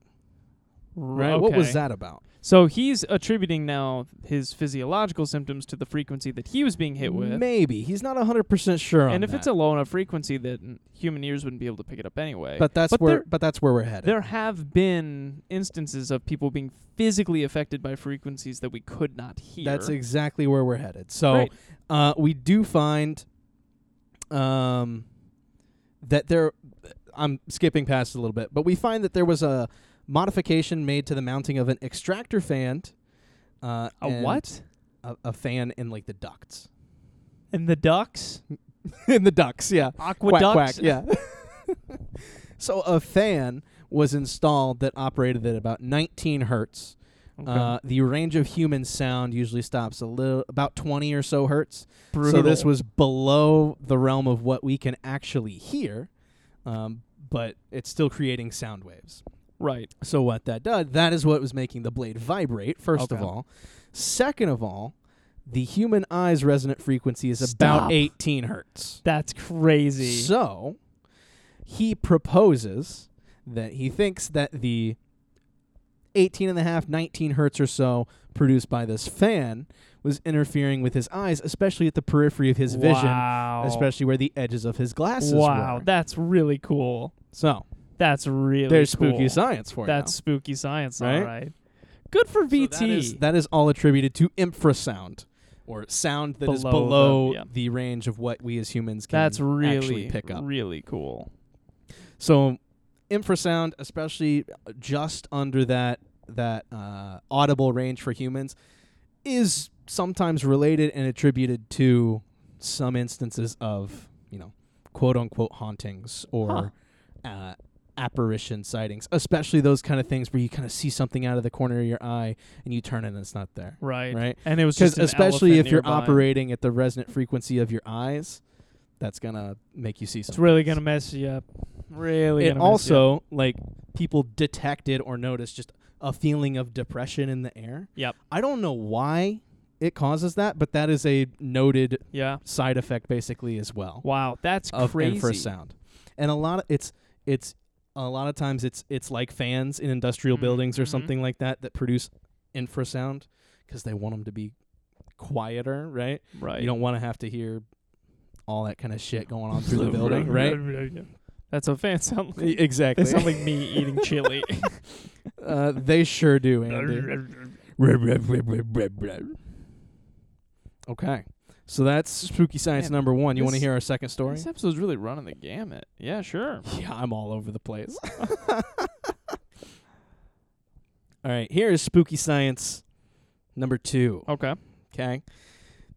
Speaker 2: right,
Speaker 3: Right? What was that about?
Speaker 2: So he's attributing now his physiological symptoms to the frequency that he was being hit with.
Speaker 3: Maybe he's not hundred percent sure. on
Speaker 2: and if
Speaker 3: that.
Speaker 2: it's a low enough frequency that n- human ears wouldn't be able to pick it up anyway.
Speaker 3: but that's
Speaker 2: but
Speaker 3: where
Speaker 2: there-
Speaker 3: but that's where we're headed.
Speaker 2: there have been instances of people being physically affected by frequencies that we could not hear.
Speaker 3: That's exactly where we're headed. So
Speaker 2: Right.
Speaker 3: uh, we do find um, that there. I'm skipping past a little bit, but we find that there was a modification made to the mounting of an extractor fan. Uh,
Speaker 2: a
Speaker 3: and
Speaker 2: what?
Speaker 3: A, a fan in like the ducts.
Speaker 2: And the ducks?
Speaker 3: in the ducts, yeah.
Speaker 2: Aqua
Speaker 3: quack,
Speaker 2: ducks?
Speaker 3: quack, yeah. so a fan was installed that operated at about 19 hertz.
Speaker 2: Okay.
Speaker 3: Uh, the range of human sound usually stops a little about 20 or so hertz. So
Speaker 2: Brutal.
Speaker 3: this was below the realm of what we can actually hear, um, but it's still creating sound waves.
Speaker 2: right.
Speaker 3: So what that did, that is what was making the blade vibrate. First of
Speaker 2: Okay.
Speaker 3: all, second of all, the human eye's resonant frequency is about
Speaker 2: Stop.
Speaker 3: 18 hertz.
Speaker 2: That's crazy.
Speaker 3: So he proposes that he thinks that the 18 and a half, 19 hertz or so produced by this fan was interfering with his eyes, especially at the periphery of his vision,
Speaker 2: wow.
Speaker 3: especially where the edges of his glasses
Speaker 2: Wow,
Speaker 3: were.
Speaker 2: that's really cool.
Speaker 3: So
Speaker 2: That's really
Speaker 3: there's
Speaker 2: cool.
Speaker 3: spooky science for you.
Speaker 2: That's spooky science,
Speaker 3: Right?
Speaker 2: all right. Good for VT.
Speaker 3: So that, is, that is all attributed to infrasound, or sound that is
Speaker 2: Below the-
Speaker 3: below
Speaker 2: yeah.
Speaker 3: the range of what we as humans can
Speaker 2: That's really
Speaker 3: actually pick up.
Speaker 2: really cool.
Speaker 3: So, infrasound, especially uh, just under that that uh, audible range for humans, is sometimes related and attributed to some instances of you know quote unquote hauntings or uh, apparition sightings, especially those kind of things where you kind of see something out of the corner of your eye and you turn and it's not there.
Speaker 2: Right.
Speaker 3: Right.
Speaker 2: And it was
Speaker 3: Because
Speaker 2: just an
Speaker 3: especially if
Speaker 2: elephant
Speaker 3: you're
Speaker 2: nearby.
Speaker 3: operating at the resonant frequency of your eyes, that's gonna make you see something.
Speaker 2: It's really gonna mess you up. Really.
Speaker 3: It
Speaker 2: gonna mess you up.
Speaker 3: also like people detected or noticed just a feeling of depression in the air.
Speaker 2: Yep.
Speaker 3: I don't know why it causes that, but that is a noted
Speaker 2: Yeah.
Speaker 3: side effect basically as well
Speaker 2: Wow. That's
Speaker 3: of
Speaker 2: crazy.
Speaker 3: infrasound. And a lot of it's it's a lot of times it's it's like fans in industrial
Speaker 2: Mm,
Speaker 3: buildings or
Speaker 2: mhm.
Speaker 3: something like that that produce infrasound because they want them to be quieter, right?
Speaker 2: Right.
Speaker 3: You don't want to have to hear all that kind of shit going on through the building, right? E,
Speaker 2: That's what fans sound like.
Speaker 3: Exactly.
Speaker 2: They sound like me eating chili.
Speaker 3: Uh, they sure do, Andy. okay. So that's spooky science
Speaker 2: Man,
Speaker 3: number one. You want to
Speaker 2: this-
Speaker 3: hear our second story?
Speaker 2: this episode's really running the gamut. Yeah, sure.
Speaker 3: Yeah, I'm all over the place. all right, here is spooky science number two.
Speaker 2: Okay.
Speaker 3: Okay.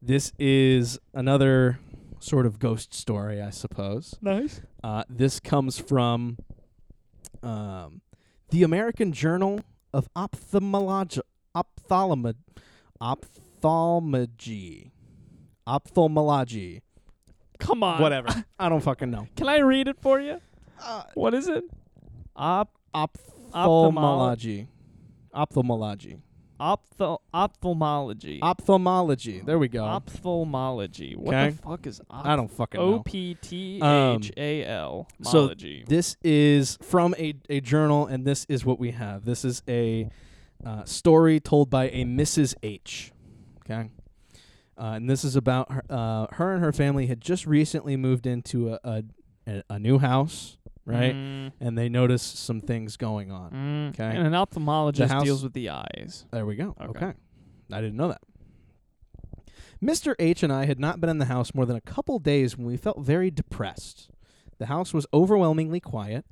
Speaker 3: This is another sort of ghost story, I suppose.
Speaker 2: Nice.
Speaker 3: Uh, this comes from um, the American Journal of Ophthalmology. Ophthalmo- ophthalmology. Ophthalmology.
Speaker 2: Come on.
Speaker 3: Whatever. I don't fucking know.
Speaker 2: Can I read it for you?
Speaker 3: Uh,
Speaker 2: What is it? Op
Speaker 3: ophthalmology. Ophthalmology.
Speaker 2: opthal ophthalmology.
Speaker 3: Ophthalmology. There we go.
Speaker 2: ophthalmology. What
Speaker 3: Okay.
Speaker 2: the fuck is op-
Speaker 3: I don't fucking
Speaker 2: O
Speaker 3: know.
Speaker 2: P T
Speaker 3: Um,
Speaker 2: H A L
Speaker 3: so
Speaker 2: mology.
Speaker 3: This is from a, a journal, and this is what we have. This is a uh, story told by a Mrs. H. Okay. Uh, and this is about her, uh, her and her family had just recently moved into a, a, a- a new house, right?
Speaker 2: Mm,
Speaker 3: And they noticed some things going on.
Speaker 2: mm.
Speaker 3: Okay.
Speaker 2: And an
Speaker 3: The
Speaker 2: ophthalmologist
Speaker 3: house-
Speaker 2: deals with the eyes.
Speaker 3: There we go. Okay.
Speaker 2: Okay.
Speaker 3: I didn't know that. Mr. H and I had not been in the house more than a couple days when we felt very depressed. The house was overwhelmingly quiet.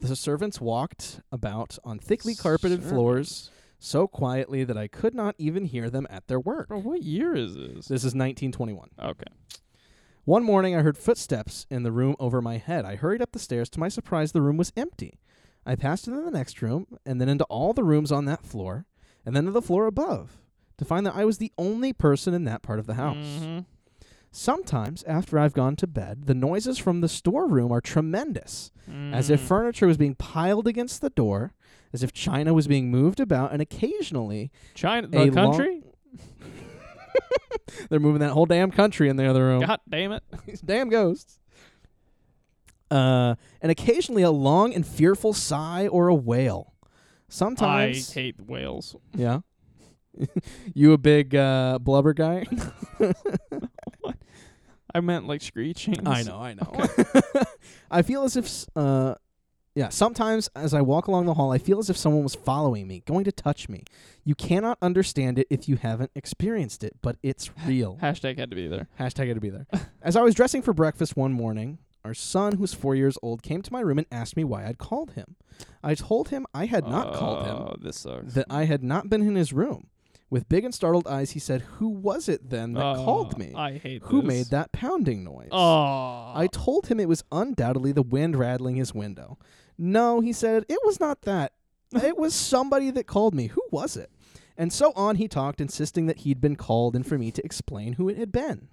Speaker 3: The servants walked about on thickly carpeted floors so quietly that I could not even hear them at their work.
Speaker 2: Bro, what year is this?
Speaker 3: This is 1921.
Speaker 2: Okay.
Speaker 3: One morning, I heard footsteps in the room over my head. I hurried up the stairs. To my surprise, the room was empty. I passed into the next room, and then into all the rooms on that floor, and then to the floor above, to find that I was the only person in that part of the house.
Speaker 2: Mhm.
Speaker 3: Sometimes, after I've gone to bed, the noises from the storeroom are tremendous, as if
Speaker 2: Mm.
Speaker 3: furniture was being piled against the door, as if china was being moved about, and occasionally
Speaker 2: China,
Speaker 3: a
Speaker 2: the
Speaker 3: long-
Speaker 2: country.
Speaker 3: they're moving that whole damn country in the other room.
Speaker 2: God damn it!
Speaker 3: these damn ghosts. Uh, and occasionally a long and fearful sigh or a wail. Sometimes,
Speaker 2: I hate whales.
Speaker 3: yeah. you a big uh, blubber guy?
Speaker 2: I meant like screeching.
Speaker 3: I know. I feel as if, s- uh, yeah. Sometimes as I walk along the hall, I feel as if someone was following me, going to touch me. You cannot understand it if you haven't experienced it, but it's real.
Speaker 2: Hashtag had to be there.
Speaker 3: Hashtag had to be there. As I was dressing for breakfast one morning, our son, who's four years old, came to my room and asked me why I'd called him. I told him I had not called him,
Speaker 2: Oh, This sucks.
Speaker 3: that I had not been in his room. With big and startled eyes, he said, Who was it then that
Speaker 2: Oh,
Speaker 3: called me?
Speaker 2: I hate
Speaker 3: Who
Speaker 2: this.
Speaker 3: made that pounding noise?
Speaker 2: Oh,
Speaker 3: I told him it was undoubtedly the wind rattling his window. No, he said, it was not that. It was somebody that called me. Who was it? And so on he talked, insisting that he'd been called and for me to explain who it had been.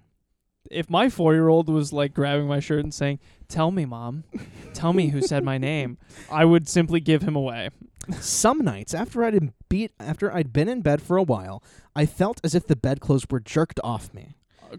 Speaker 2: if my four-year-old was like grabbing my shirt and saying, "Tell me, mom, tell me who said my name," I would simply give him away.
Speaker 3: Some nights after I'd been beat after I'd been in bed for a while, I felt as if the bedclothes were jerked off me.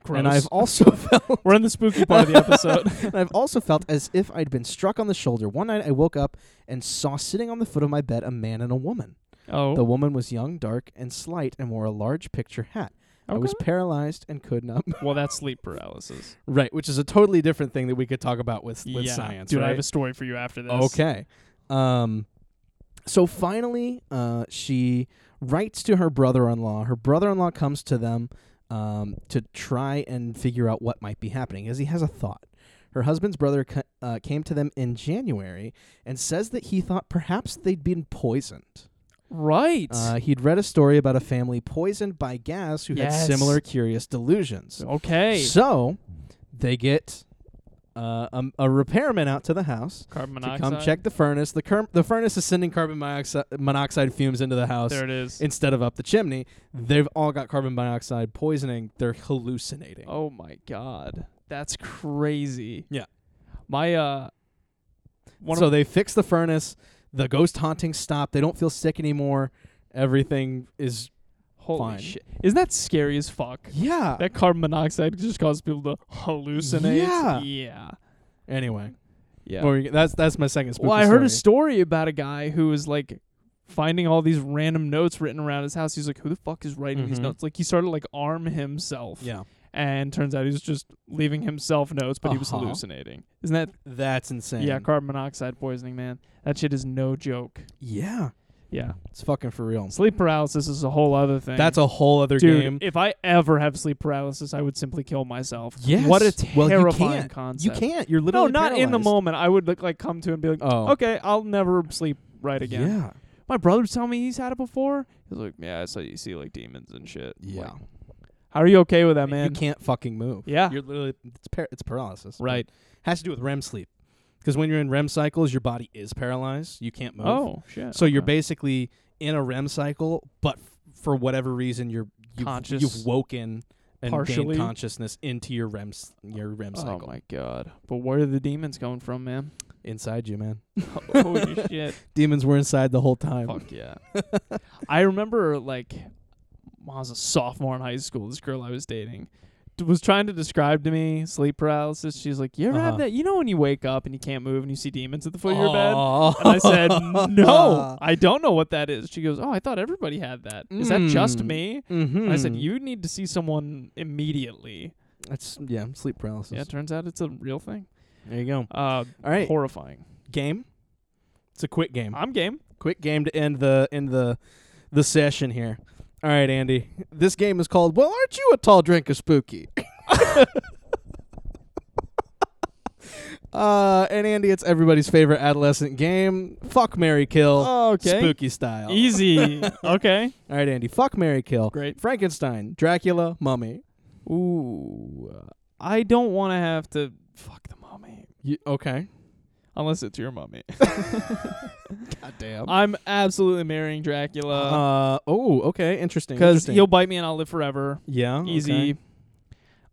Speaker 2: Uh,
Speaker 3: And I've also felt
Speaker 2: We're in the spooky part of the episode.
Speaker 3: and I've also felt as if I'd been struck on the shoulder. One night I woke up and saw sitting on the foot of my bed a man and a woman.
Speaker 2: Oh,
Speaker 3: The woman was young, dark, and slight, and wore a large picture hat. I was
Speaker 2: Okay.
Speaker 3: paralyzed and could not.
Speaker 2: well, that's sleep paralysis.
Speaker 3: right, which is a totally different thing that we could talk about with with
Speaker 2: yeah.
Speaker 3: science.
Speaker 2: dude. I
Speaker 3: right?
Speaker 2: have a story for you after this.
Speaker 3: Okay. Um, so finally, uh, she writes to her brother-in-law. Her brother-in-law comes to them um, to try and figure out what might be happening, as he has a thought. Her husband's brother ca- uh, came to them in January and says that he thought perhaps they'd been poisoned.
Speaker 2: Right.
Speaker 3: Uh, he'd read a story about a family poisoned by gas who
Speaker 2: Yes.
Speaker 3: had similar curious delusions.
Speaker 2: okay.
Speaker 3: So they get uh, a, a repairman out to the house
Speaker 2: Carbon
Speaker 3: to
Speaker 2: monoxide.
Speaker 3: come check the furnace. The, cur- the furnace is sending carbon monoxide, monoxide fumes into the house
Speaker 2: There it is.
Speaker 3: instead of up the chimney. They've all got carbon monoxide poisoning. They're hallucinating.
Speaker 2: Oh my god, that's crazy.
Speaker 3: Yeah.
Speaker 2: My uh, one
Speaker 3: so
Speaker 2: of
Speaker 3: they fix the furnace. The ghost hauntings stop. They don't feel sick anymore. Everything is
Speaker 2: holy
Speaker 3: fine.
Speaker 2: shit, isn't that scary as fuck?
Speaker 3: yeah.
Speaker 2: That carbon monoxide just causes people to hallucinate.
Speaker 3: Yeah.
Speaker 2: Yeah.
Speaker 3: Anyway,
Speaker 2: Yeah.
Speaker 3: Well, we- that's that's my second. Spooky
Speaker 2: well, I heard a
Speaker 3: story.
Speaker 2: story about a guy who was like finding all these random notes written around his house. He's like, "Who the fuck is writing these
Speaker 3: Mhm.
Speaker 2: notes?" Like he started like arm himself.
Speaker 3: Yeah,
Speaker 2: And turns out he was just leaving himself notes, but he was
Speaker 3: Uh-huh.
Speaker 2: hallucinating. Isn't that
Speaker 3: that's insane.
Speaker 2: yeah? Carbon monoxide poisoning, man. That shit is no joke.
Speaker 3: yeah,
Speaker 2: Yeah.
Speaker 3: it's fucking for real.
Speaker 2: Sleep paralysis is a whole other thing.
Speaker 3: That's a whole other
Speaker 2: Dude,
Speaker 3: game.
Speaker 2: if I ever have sleep paralysis, I would simply kill myself.
Speaker 3: Yes.
Speaker 2: What a
Speaker 3: well,
Speaker 2: terrifying
Speaker 3: you can't.
Speaker 2: concept.
Speaker 3: You can't. You're literally
Speaker 2: no, not in the
Speaker 3: paralyzed.
Speaker 2: moment. I would like, like come to and be like,
Speaker 3: Oh.
Speaker 2: okay, I'll never sleep right again.
Speaker 3: Yeah.
Speaker 2: My brother's telling me he's had it before. He's like, yeah, I saw you see like demons and shit.
Speaker 3: Yeah.
Speaker 2: Like, how are you okay with that, man?
Speaker 3: You can't fucking move.
Speaker 2: Yeah.
Speaker 3: You're literally it's par- it's paralysis.
Speaker 2: Ah. Right.
Speaker 3: Has to do with REM sleep. Because when you're in REM cycles, your body is paralyzed. You can't move.
Speaker 2: Oh shit.
Speaker 3: So you're
Speaker 2: okay.
Speaker 3: basically in a REM cycle, but f- for whatever reason, you're you've,
Speaker 2: Conscious.
Speaker 3: you've woken and
Speaker 2: Partially.
Speaker 3: gained consciousness into your REM s- your REM
Speaker 2: Oh
Speaker 3: cycle
Speaker 2: my god. But where are the demons coming from, man?
Speaker 3: inside you, man.
Speaker 2: Holy shit.
Speaker 3: Demons were inside the whole time.
Speaker 2: Fuck yeah. I remember like when I was a sophomore in high school, this girl I was dating d- was trying to describe to me sleep paralysis. She's like, You ever have
Speaker 3: Uh-huh.
Speaker 2: that? You know when you wake up and you can't move and you see demons at the foot of your bed?
Speaker 3: Oh.
Speaker 2: And I said, No, I don't know what that is. She goes, Oh, I thought everybody had that. Is that just
Speaker 3: Mm.
Speaker 2: me?
Speaker 3: Mhm.
Speaker 2: And I said, You need to see someone immediately.
Speaker 3: That's yeah, sleep paralysis.
Speaker 2: Yeah, it turns out it's a real thing.
Speaker 3: There you go.
Speaker 2: Uh
Speaker 3: All right,
Speaker 2: horrifying.
Speaker 3: game. It's a quick game.
Speaker 2: I'm game.
Speaker 3: quick game to end the end the the session here. All right, Andy. This game is called "Well, aren't you a tall drink of spooky?" uh, and Andy, it's everybody's favorite adolescent game. Fuck Mary Kill,
Speaker 2: Okay.
Speaker 3: spooky style.
Speaker 2: Easy. okay.
Speaker 3: All right, Andy. Fuck Mary Kill.
Speaker 2: Great.
Speaker 3: Frankenstein, Dracula, Mummy.
Speaker 2: Ooh, uh, I don't want to have to fuck the mummy
Speaker 3: You, okay.
Speaker 2: unless it's your mummy.
Speaker 3: God damn.
Speaker 2: I'm absolutely marrying Dracula
Speaker 3: Uh oh. Okay. Interesting.
Speaker 2: because
Speaker 3: interesting. Oh,
Speaker 2: he'll bite me and I'll live forever.
Speaker 3: yeah
Speaker 2: Easy.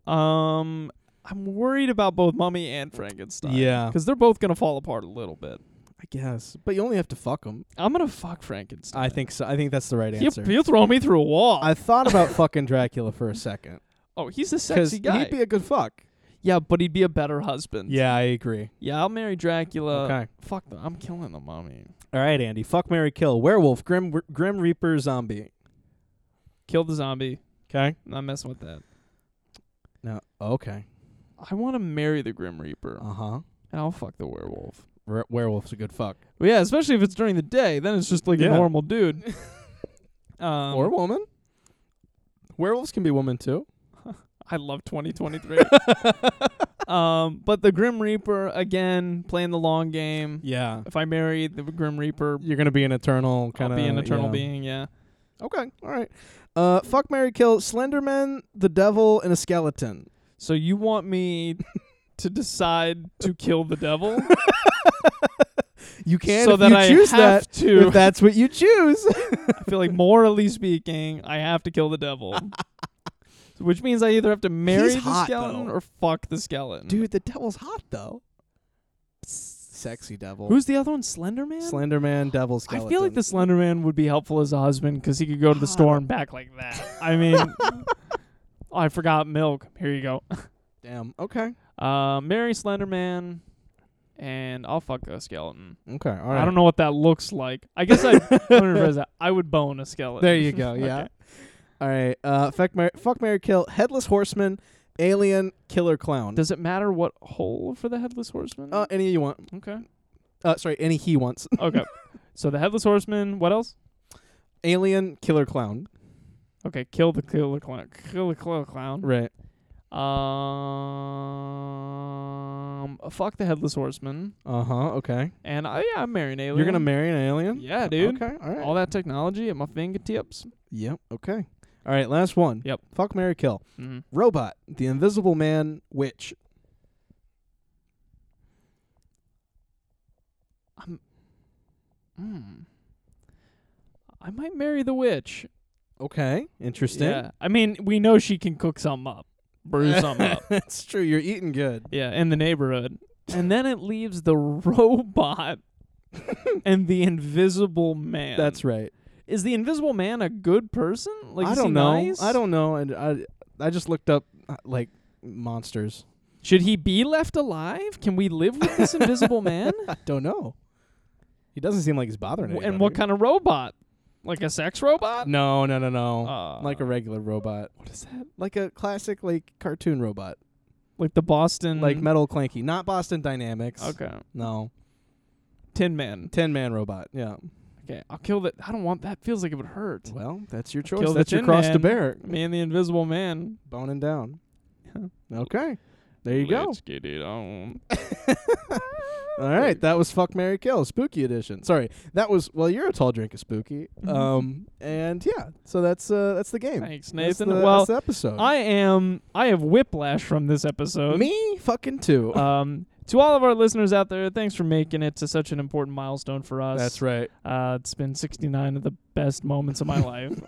Speaker 2: Um, I'm worried about both mummy and Frankenstein.
Speaker 3: okay. Yeah.
Speaker 2: because they're both gonna fall apart a little bit.
Speaker 3: I guess, but you only have to fuck them.
Speaker 2: I'm gonna fuck Frankenstein.
Speaker 3: I think so. I think that's the right
Speaker 2: He'll,
Speaker 3: answer.
Speaker 2: he'll throw me through a wall.
Speaker 3: I thought about fucking Dracula for a second
Speaker 2: oh, he's a
Speaker 3: because
Speaker 2: sexy guy.
Speaker 3: he'd be a good fuck.
Speaker 2: yeah, but he'd be a better husband.
Speaker 3: Yeah, I agree.
Speaker 2: yeah. I'll marry Dracula.
Speaker 3: okay.
Speaker 2: Fuck the. I'm killing the mummy.
Speaker 3: All right, Andy. Fuck Mary Kill. Werewolf, Grim Grim Reaper, Zombie.
Speaker 2: Kill the zombie.
Speaker 3: Okay.
Speaker 2: Not messing with that.
Speaker 3: No. Okay.
Speaker 2: I want to marry the Grim Reaper,
Speaker 3: Uh huh.
Speaker 2: and I'll fuck the werewolf.
Speaker 3: Re- werewolf's a good fuck.
Speaker 2: Well, yeah, especially if it's during the day, then it's just like
Speaker 3: Yeah.
Speaker 2: a normal dude. um,
Speaker 3: or woman. Werewolves can be women too.
Speaker 2: I love 2023. um, but the Grim Reaper again, playing the long game.
Speaker 3: Yeah.
Speaker 2: If I marry the Grim Reaper,
Speaker 3: You're gonna be an eternal kind
Speaker 2: I'll
Speaker 3: of.
Speaker 2: be an eternal being. Yeah.
Speaker 3: Okay. All right. Uh, fuck Mary Kill. Slenderman, the devil, and a skeleton.
Speaker 2: So you want me to decide to kill the devil,
Speaker 3: You can
Speaker 2: so
Speaker 3: if
Speaker 2: that
Speaker 3: you
Speaker 2: I
Speaker 3: choose
Speaker 2: have
Speaker 3: that
Speaker 2: to?
Speaker 3: if that's what you choose.
Speaker 2: I feel like morally speaking, I have to kill the devil. Which means I either have to marry
Speaker 3: He's
Speaker 2: the
Speaker 3: hot,
Speaker 2: skeleton
Speaker 3: though.
Speaker 2: or fuck the skeleton.
Speaker 3: Dude, the devil's hot though. Sexy devil.
Speaker 2: Who's the other one? Slender Man?
Speaker 3: Slender Man, Devil
Speaker 2: I
Speaker 3: Skeleton.
Speaker 2: feel like the Slender Man would be helpful as a husband because he could go to the store and back like that. I mean, oh, I forgot milk. Here you go.
Speaker 3: Damn. Okay.
Speaker 2: Uh, marry Slender Man. and I'll fuck a skeleton.
Speaker 3: Okay. All right.
Speaker 2: I don't know what that looks like. I guess I let me rephrase that. I would bone a skeleton.
Speaker 3: There you go. Yeah.
Speaker 2: Okay.
Speaker 3: All right. Uh, fuck, Mary, fuck, Mary, kill. Headless horseman, alien, killer clown.
Speaker 2: Does it matter what hole for the headless horseman?
Speaker 3: uh, any you want.
Speaker 2: okay.
Speaker 3: Uh, sorry, any he wants.
Speaker 2: Okay. so the headless horseman. What else?
Speaker 3: alien, killer clown.
Speaker 2: Okay. Kill the killer clown. Kill the killer clown.
Speaker 3: Right.
Speaker 2: Um. Fuck the headless horseman.
Speaker 3: Uh huh. Okay.
Speaker 2: And I, yeah, I'm marrying alien.
Speaker 3: You're gonna marry an alien.
Speaker 2: Yeah, dude.
Speaker 3: Okay. All right.
Speaker 2: All that technology at my fingertips.
Speaker 3: Yep. Okay. All right. Last one.
Speaker 2: Yep.
Speaker 3: Fuck, Mary, kill.
Speaker 2: Mm-hmm.
Speaker 3: Robot, the Invisible Man, witch.
Speaker 2: Mm. I might marry the witch.
Speaker 3: Okay. Interesting.
Speaker 2: Yeah. I mean, we know she can cook some up, brew some up.
Speaker 3: That's true. You're eating good.
Speaker 2: Yeah, in the neighborhood. And then it leaves the robot and the invisible man.
Speaker 3: That's right.
Speaker 2: Is the invisible man a good person? Like
Speaker 3: I
Speaker 2: is
Speaker 3: don't
Speaker 2: he
Speaker 3: know.
Speaker 2: nice?
Speaker 3: I don't know. And I, I just looked up uh, like monsters.
Speaker 2: Should he be left alive? Can we live with this invisible man?
Speaker 3: I don't know. He doesn't seem like he's bothering
Speaker 2: W-
Speaker 3: anybody.
Speaker 2: and what kind of robot? Like a sex robot?
Speaker 3: No, no, no, no.
Speaker 2: Uh,
Speaker 3: like a regular robot. What is that? Like a classic, like cartoon robot,
Speaker 2: like the Boston
Speaker 3: like Metal Clanky, not Boston Dynamics.
Speaker 2: Mm-hmm. Okay.
Speaker 3: No,
Speaker 2: Tin Man.
Speaker 3: Ten Man robot. Yeah.
Speaker 2: Okay. I'll kill that. I don't want that feels like it would hurt.
Speaker 3: Well, that's your choice.
Speaker 2: Kill the
Speaker 3: that's your
Speaker 2: Tin
Speaker 3: cross to
Speaker 2: Man.
Speaker 3: bear.
Speaker 2: Me and the invisible man.
Speaker 3: Boning down.
Speaker 2: Yeah.
Speaker 3: Okay. There you go.
Speaker 2: Let's get it on.
Speaker 3: All right, that was Fuck Mary Kill, Spooky Edition. Sorry, that was well, you're a tall drink of spooky.
Speaker 2: Mm-hmm.
Speaker 3: Um, and yeah, so that's uh, that's the game.
Speaker 2: Thanks,
Speaker 3: That's
Speaker 2: Nathan.
Speaker 3: the-
Speaker 2: well,
Speaker 3: that's the episode.
Speaker 2: I am. I have whiplash from this episode.
Speaker 3: me fucking too.
Speaker 2: Um, to all of our listeners out there, thanks for making it to such an important milestone for us.
Speaker 3: that's right.
Speaker 2: Uh, it's been 69 of the best moments of my life.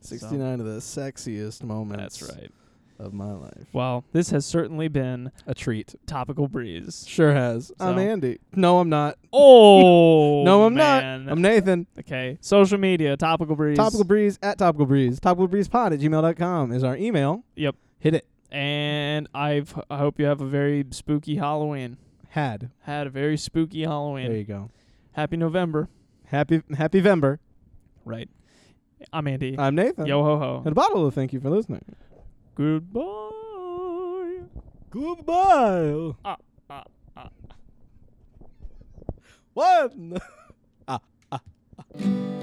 Speaker 3: 69 of the sexiest moments.
Speaker 2: That's right.
Speaker 3: Of my life.
Speaker 2: Well, this has certainly been
Speaker 3: A treat.
Speaker 2: topical breeze.
Speaker 3: Sure has. I'm
Speaker 2: So-
Speaker 3: Andy. No, I'm not.
Speaker 2: Oh,
Speaker 3: no, I'm
Speaker 2: man.
Speaker 3: not. I'm Nathan.
Speaker 2: okay. Social media, topical breeze.
Speaker 3: Topical Breeze at Topical Breeze. Topical Breeze Pod at gmail.com is our email.
Speaker 2: Yep.
Speaker 3: Hit it.
Speaker 2: And I've. I hope you have a very spooky Halloween.
Speaker 3: Had.
Speaker 2: Had a very spooky
Speaker 3: There
Speaker 2: Halloween.
Speaker 3: you go.
Speaker 2: Happy November.
Speaker 3: Happy Happy Vember.
Speaker 2: Right. I'm Andy.
Speaker 3: I'm Nathan.
Speaker 2: Yo ho ho.
Speaker 3: And a bottle of thank you for listening.
Speaker 2: Goodbye.
Speaker 3: Goodbye.
Speaker 2: Ah, ah, ah.
Speaker 3: One.